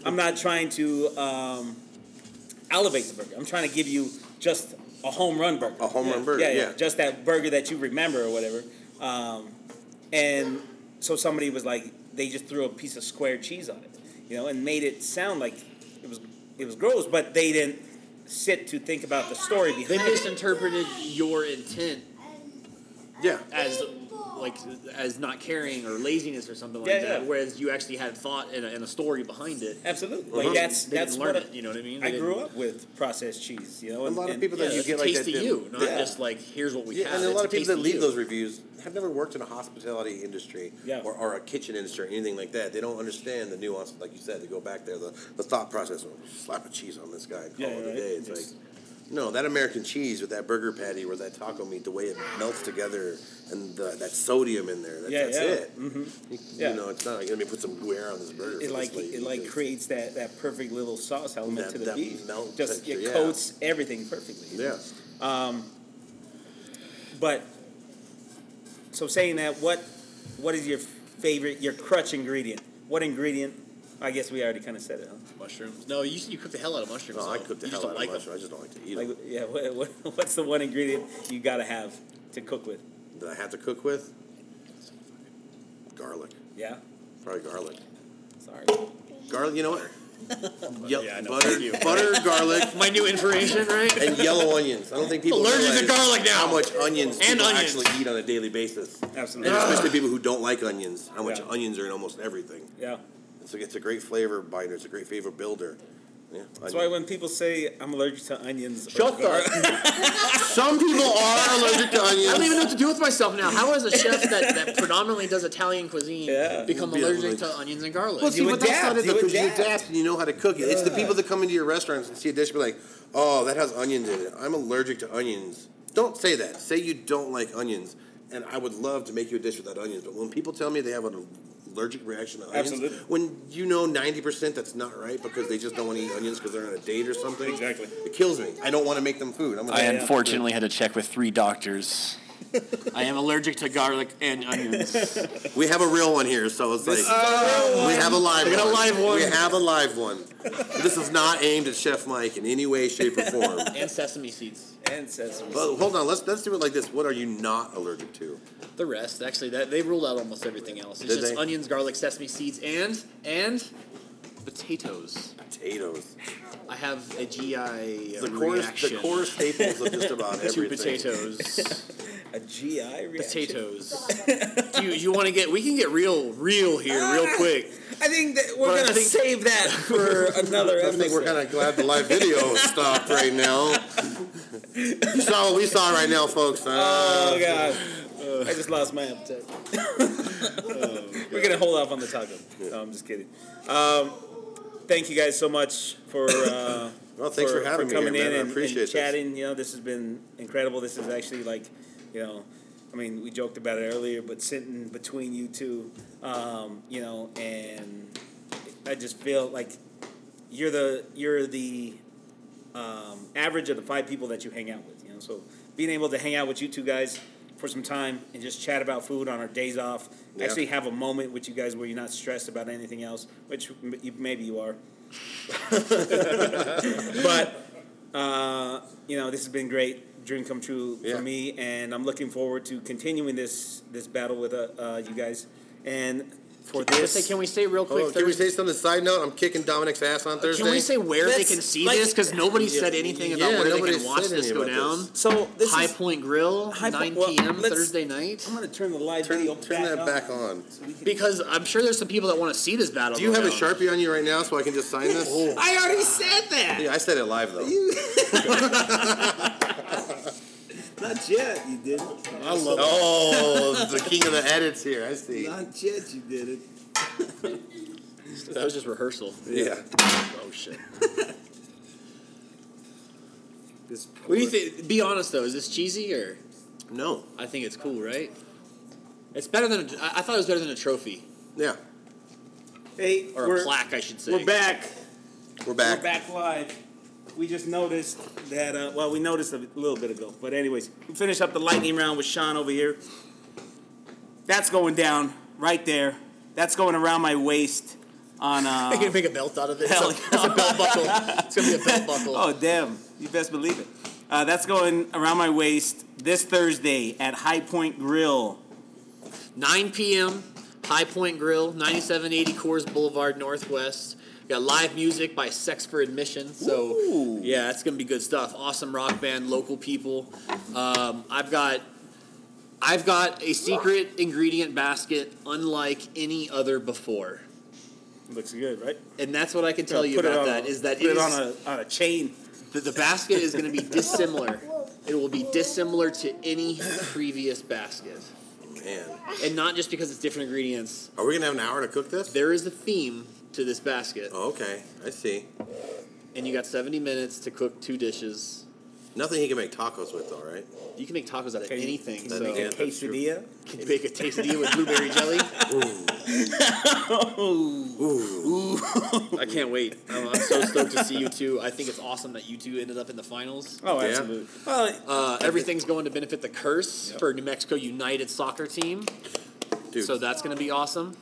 I'm not trying to um, elevate the burger. I'm trying to give you just a home run burger. A home run burger. Yeah, Yeah. yeah, just that burger that you remember or whatever. Um, and so somebody was like, they just threw a piece of square cheese on it, you know, and made it sound like it was it was gross, but they didn't sit to think about the story behind they it. misinterpreted your intent Yeah. as like as not caring or laziness or something like Yeah, that. yeah. Whereas you actually had thought and a, and a story behind it. Absolutely, Like like that's Uh-huh. they that's didn't learn what I- it. You know what I mean? I grew up with processed cheese, you know. A and- lot of and- people Yeah, that you it's a get like taste that. of dip- you, not Yeah. just like here's what we Yeah, have. and a It's lot of people taste that of leave you. those reviews have never worked in a hospitality industry Yeah. or, or a kitchen industry or anything like that. They don't understand the nuance, like you said. They go back there, the, the thought process. Well, slap a cheese on this guy and call Yeah, it a right. day. It's Yes. like, no, that American cheese with that burger patty or that taco meat, the way it melts together and the, that sodium in there. That, Yeah, that's yeah. Mm-hmm. it. You, Yeah. know, it's not like let me put some guer on this burger. It for like this lady. it like It's- creates that, that perfect little sauce element That- to the that beef. melt Just texture, it yeah. coats everything perfectly. Yeah. But so saying that, what what is your favorite your crutch ingredient? What ingredient? I guess we already kind of said it, huh? mushrooms. No, you you cook the hell out of mushrooms. No, Oh, I though. cook the You just hell don't out like of 'em. mushrooms. I just don't like to eat Like, them. yeah, *laughs* what, what, what's the one ingredient you gotta have to cook with? That I have to cook with garlic. Yeah, Probably garlic. sorry. Garlic, you know what? *laughs* Ye- Yeah, I know. butter, Thank you. butter, garlic, My new *laughs* information, right? and yellow onions. I don't think people Allergic to realize garlic now. How much onions And people onions. actually eat on a daily basis, and Absolutely. especially people who don't like onions. How much Yeah. onions are in almost everything. Yeah. It's a, it's a great flavor binder. It's a great flavor builder. Yeah. That's why onion. when people say I'm allergic to onions, or Shut the. Some people are allergic to onions. *laughs* I don't even know what to do with myself now. How is a chef that, that predominantly does Italian cuisine Yeah. become Be allergic allergic. to onions and garlic? Well, see, You but that's not adapt, it though, you 'cause you adapt. adapt and you know how to cook it. It's the people that come into your restaurants and see a dish and be like, "Oh, that has onions in it. I'm allergic to onions." Don't say that. Say you don't like onions, and I would love to make you a dish without onions. But when people tell me they have an allergic reaction to onions, Absolutely. when you know ninety percent that's not right because they just don't want to eat onions because they're on a date or something, Exactly. it kills me. I don't want to make them food. I'm gonna I unfortunately had to check with three *laughs* doctors. I am allergic to garlic and onions. We have a real one here, so it's like we have a live got a one. live one. We have a live one. This is not aimed at Chef Mike in any way, shape, or form. *laughs* and sesame seeds. and sesame. Well, hold on. Let's let's do it like this. What are you not allergic to? The rest, actually, that they ruled out almost everything else. It's Did just they? onions, garlic, sesame seeds, and and potatoes. Potatoes. I have a GI The core reaction the core staples of just *laughs* about to everything. *laughs* potatoes. A GI reaction. potatoes. Do you, you want to get? We can get real, real here, real quick. I think that we're But I gonna think- save that *laughs* for another I think we're episode. kind of glad the live video stopped right now. You saw what we saw right now, folks. Uh, Oh god, I just lost my appetite. *laughs* Oh, We're gonna hold off on the taco. No, I'm just kidding. Um, thank you guys so much for. Uh, well, thanks for, having me, coming here, in man. and, I appreciate and this. chatting. You know, this has been incredible. This is actually like, you know, I mean, we joked about it earlier, but sitting between you two, um, you know, and I just feel like you're the you're the um, average of the five people that you hang out with. You know, so being able to hang out with you two guys for some time and just chat about food on our days off, Yeah. actually have a moment with you guys where you're not stressed about anything else, which m- you- maybe you are. *laughs* but uh, you know, this has been great. Dream come true Yeah. for me, and I'm looking forward to continuing this this battle with uh, uh, you guys. And for Let's this, say, can we say real quick? Oh, can we Thursday- say something? Side note: I'm kicking Dominic's ass on Thursday. Can we say where Let's- they can see like- this? Because nobody said anything about Yeah, where they nobody can watch said this anything go about down. this. so this High is, Point Grill, High Point- 9 well, p.m. let's- Oh Thursday night. I'm gonna turn the live Turn, video turn that on. back on. Because I'm sure there's some people that want to see this battle. Do you go have a down. sharpie on you right now so I can just sign this? I already said that. Yeah, I said it live though. *laughs* Not yet, you did. I love it. Oh, the king of the edits here. I see. Not yet, you did it. That was just rehearsal. Yeah. Oh shit. This What do you think? Be honest though, is this cheesy or? No. I think it's cool, right? It's better than a, I I thought it was better than a trophy Yeah. Hey, or a we're, plaque, I should say. we're back. We're We're back. back live. We just noticed that. Uh, well, we noticed a little bit ago, but anyways, we finish up the lightning round with Sean over here. That's going down right there. That's going around my waist. On *laughs* I uh, can make a belt out of it. Hell It's a, it's a belt buckle. It's gonna be a *laughs* belt *laughs* buckle. oh damn, you best believe it. Uh, that's going around my waist this Thursday at High Point Grill. 9 p.m. High Point Grill, 9780 Coors Boulevard Northwest. We got live music by Sex for Admission. So yeah, it's gonna be good stuff. Awesome rock band, local people. Um, I've got I've got a secret ingredient basket unlike any other before. Looks good, right? And that's what I can tell you Put it about on that a- is that put it it is- on a on a chain. the, the basket is going to be dissimilar. It will be dissimilar to any previous basket. Man, And not just because it's different ingredients. are we gonna have an hour to cook this? There is a theme to this basket. Oh, okay, I see. And you got 70 minutes to cook two dishes. Nothing he can make tacos with, though, right? You can make tacos out of Can you- anything. can you so make a Yeah, that's *laughs* true. quesadilla? can you make a quesadilla with blueberry jelly? *laughs* Oh. *laughs* I can't wait. I'm, I'm so stoked to see you two. I think it's awesome that you two ended up in the finals. Oh, Yeah. absolutely. Well, Uh, everything's going to benefit the curse for New Mexico United soccer team. Dude. So that's going to *laughs* be awesome.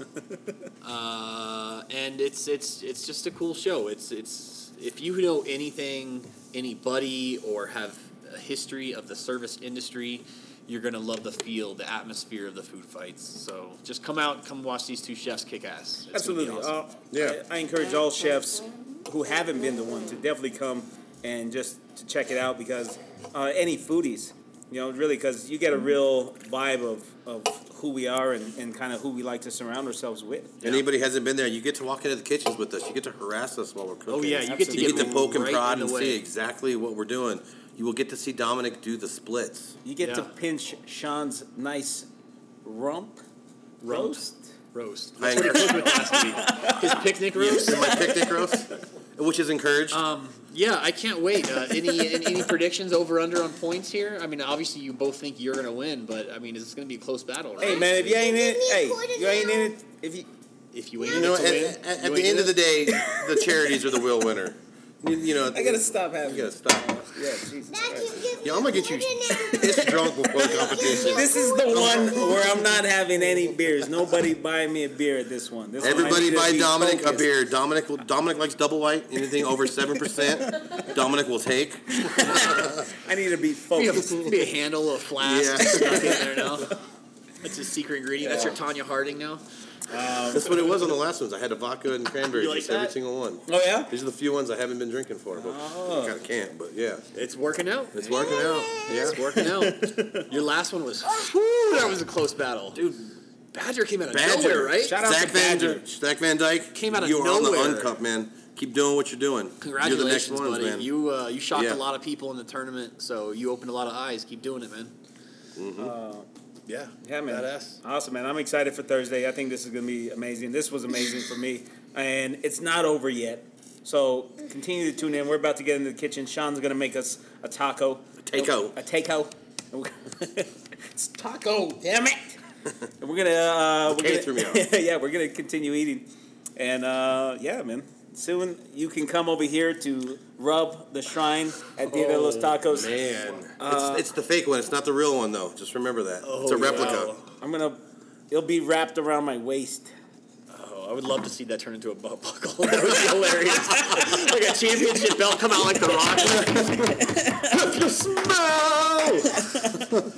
uh, and it's it's it's just a cool show. It's it's if you know anything, anybody, or have a history of the service industry, you're going to love the feel, the atmosphere of the food fights. So just come out, come watch these two chefs kick ass. It's gonna be Absolutely. awesome. Uh, Yeah. I, I encourage all chefs who haven't been to one to definitely come and just to check it out because uh, any foodies, you know, really because you get a real vibe of, of who we are and, and kind of who we like to surround ourselves with. Anybody hasn't been there, you get to walk into the kitchens with us. You get to harass us while we're cooking. Oh, yeah, you get to you get get to poke and right prod in the and way. see exactly what we're doing. You will get to see Dominic do the splits. You get to Yeah. pinch Sean's nice rump, roast. roast. I *laughs* encourage His picnic roast. my picnic roast, *laughs* which is encouraged. Um, Yeah, I can't wait. Uh, any any any predictions over under on points here? I mean, obviously you both think you're gonna win, but I mean, it's gonna be a close battle, right? Hey man, if you ain't in it, hey, Recorded you ain't in now. it. If you if you ain't you know, in at, it to win, at, at you the ain't end in of the it. day, the charities are the real winner. You, you *laughs* know, I gotta stop you having. gotta stop. Yeah, Jesus. Christ. Yeah, I'm gonna get you *laughs* pissed drunk before the *laughs* competition. This is the one where I'm not having any beers. Nobody buy me a beer at this one. This one I need Everybody to buy be Dominic focused. a beer. Dominic will, Dominic likes double white. Anything over seven *laughs* percent, Dominic will take. I need to be We focused. *laughs* *laughs* have, we have a handle of flask Yeah. stuck in *laughs* there now. That's his secret ingredient. That's your Tanya Harding now. That's what it was on the last ones. I had a vodka and cranberry Um, You like juice, every that? single one. Oh yeah. These are the few ones I haven't been drinking for, but Oh. I kind of can't. But yeah, It's working out. it's working out. Yeah, It's working *laughs* out. Your last one was whew, that was a close battle, dude. Badger came out of Badger. nowhere, right? Shout out Zach to Van, Badger. Dyke. Zach Van Dyke Came out of you are on nowhere. the uncup, man. Keep doing what you're doing. Congratulations, you're the next ones, buddy. man. You uh, you shocked Yeah. a lot of people in the tournament, so you opened a lot of eyes. Keep doing it, man. Mm-hmm. Uh, Yeah. Yeah, man. Badass. Awesome, man. I'm excited for Thursday. I think this is gonna be amazing. This was amazing for me, and it's not over yet. So continue to tune in. We're about to get into the kitchen. Sean's gonna *laughs* make us a taco. Taco. A taco. It's taco, damn it! and we're gonna. Uh, we're Okay, gonna threw me off. *laughs* yeah, we're gonna continue eating, and uh, yeah, man. Soon you can come over here to rub the shrine at Dia de los Tacos. Oh, Man, Uh, it's, it's the fake one. It's not the real one though. Just remember that. Oh, it's a replica. I'm gonna. It'll be wrapped around my waist. Oh, I would love to see that turn into a butt buckle. *laughs* That would be hilarious. like a championship belt come out like the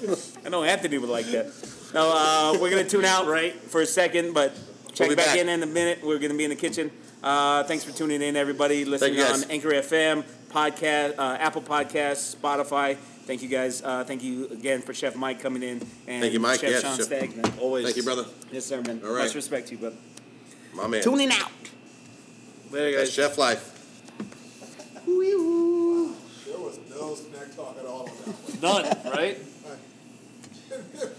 rock. *laughs* I know Anthony would like that. No, uh, we're gonna tune out right for a second, but check be back, back. in in a minute. We're gonna be in the kitchen. Uh, thanks for tuning in, everybody. Listening you, guys. on Anchor FM, podcast, uh, Apple Podcasts, Spotify. Thank you guys. Uh, thank you again for Chef Mike coming in and Thank you, Mike. Chef Yes, Sean Chef- Stagg. man. Always. Thank you, brother. Yes, sir, man. All right. Much respect to you, brother. My man. Tuning out. Later, That's guys. Chef Life. There was no smack talk at all on that None, right? one.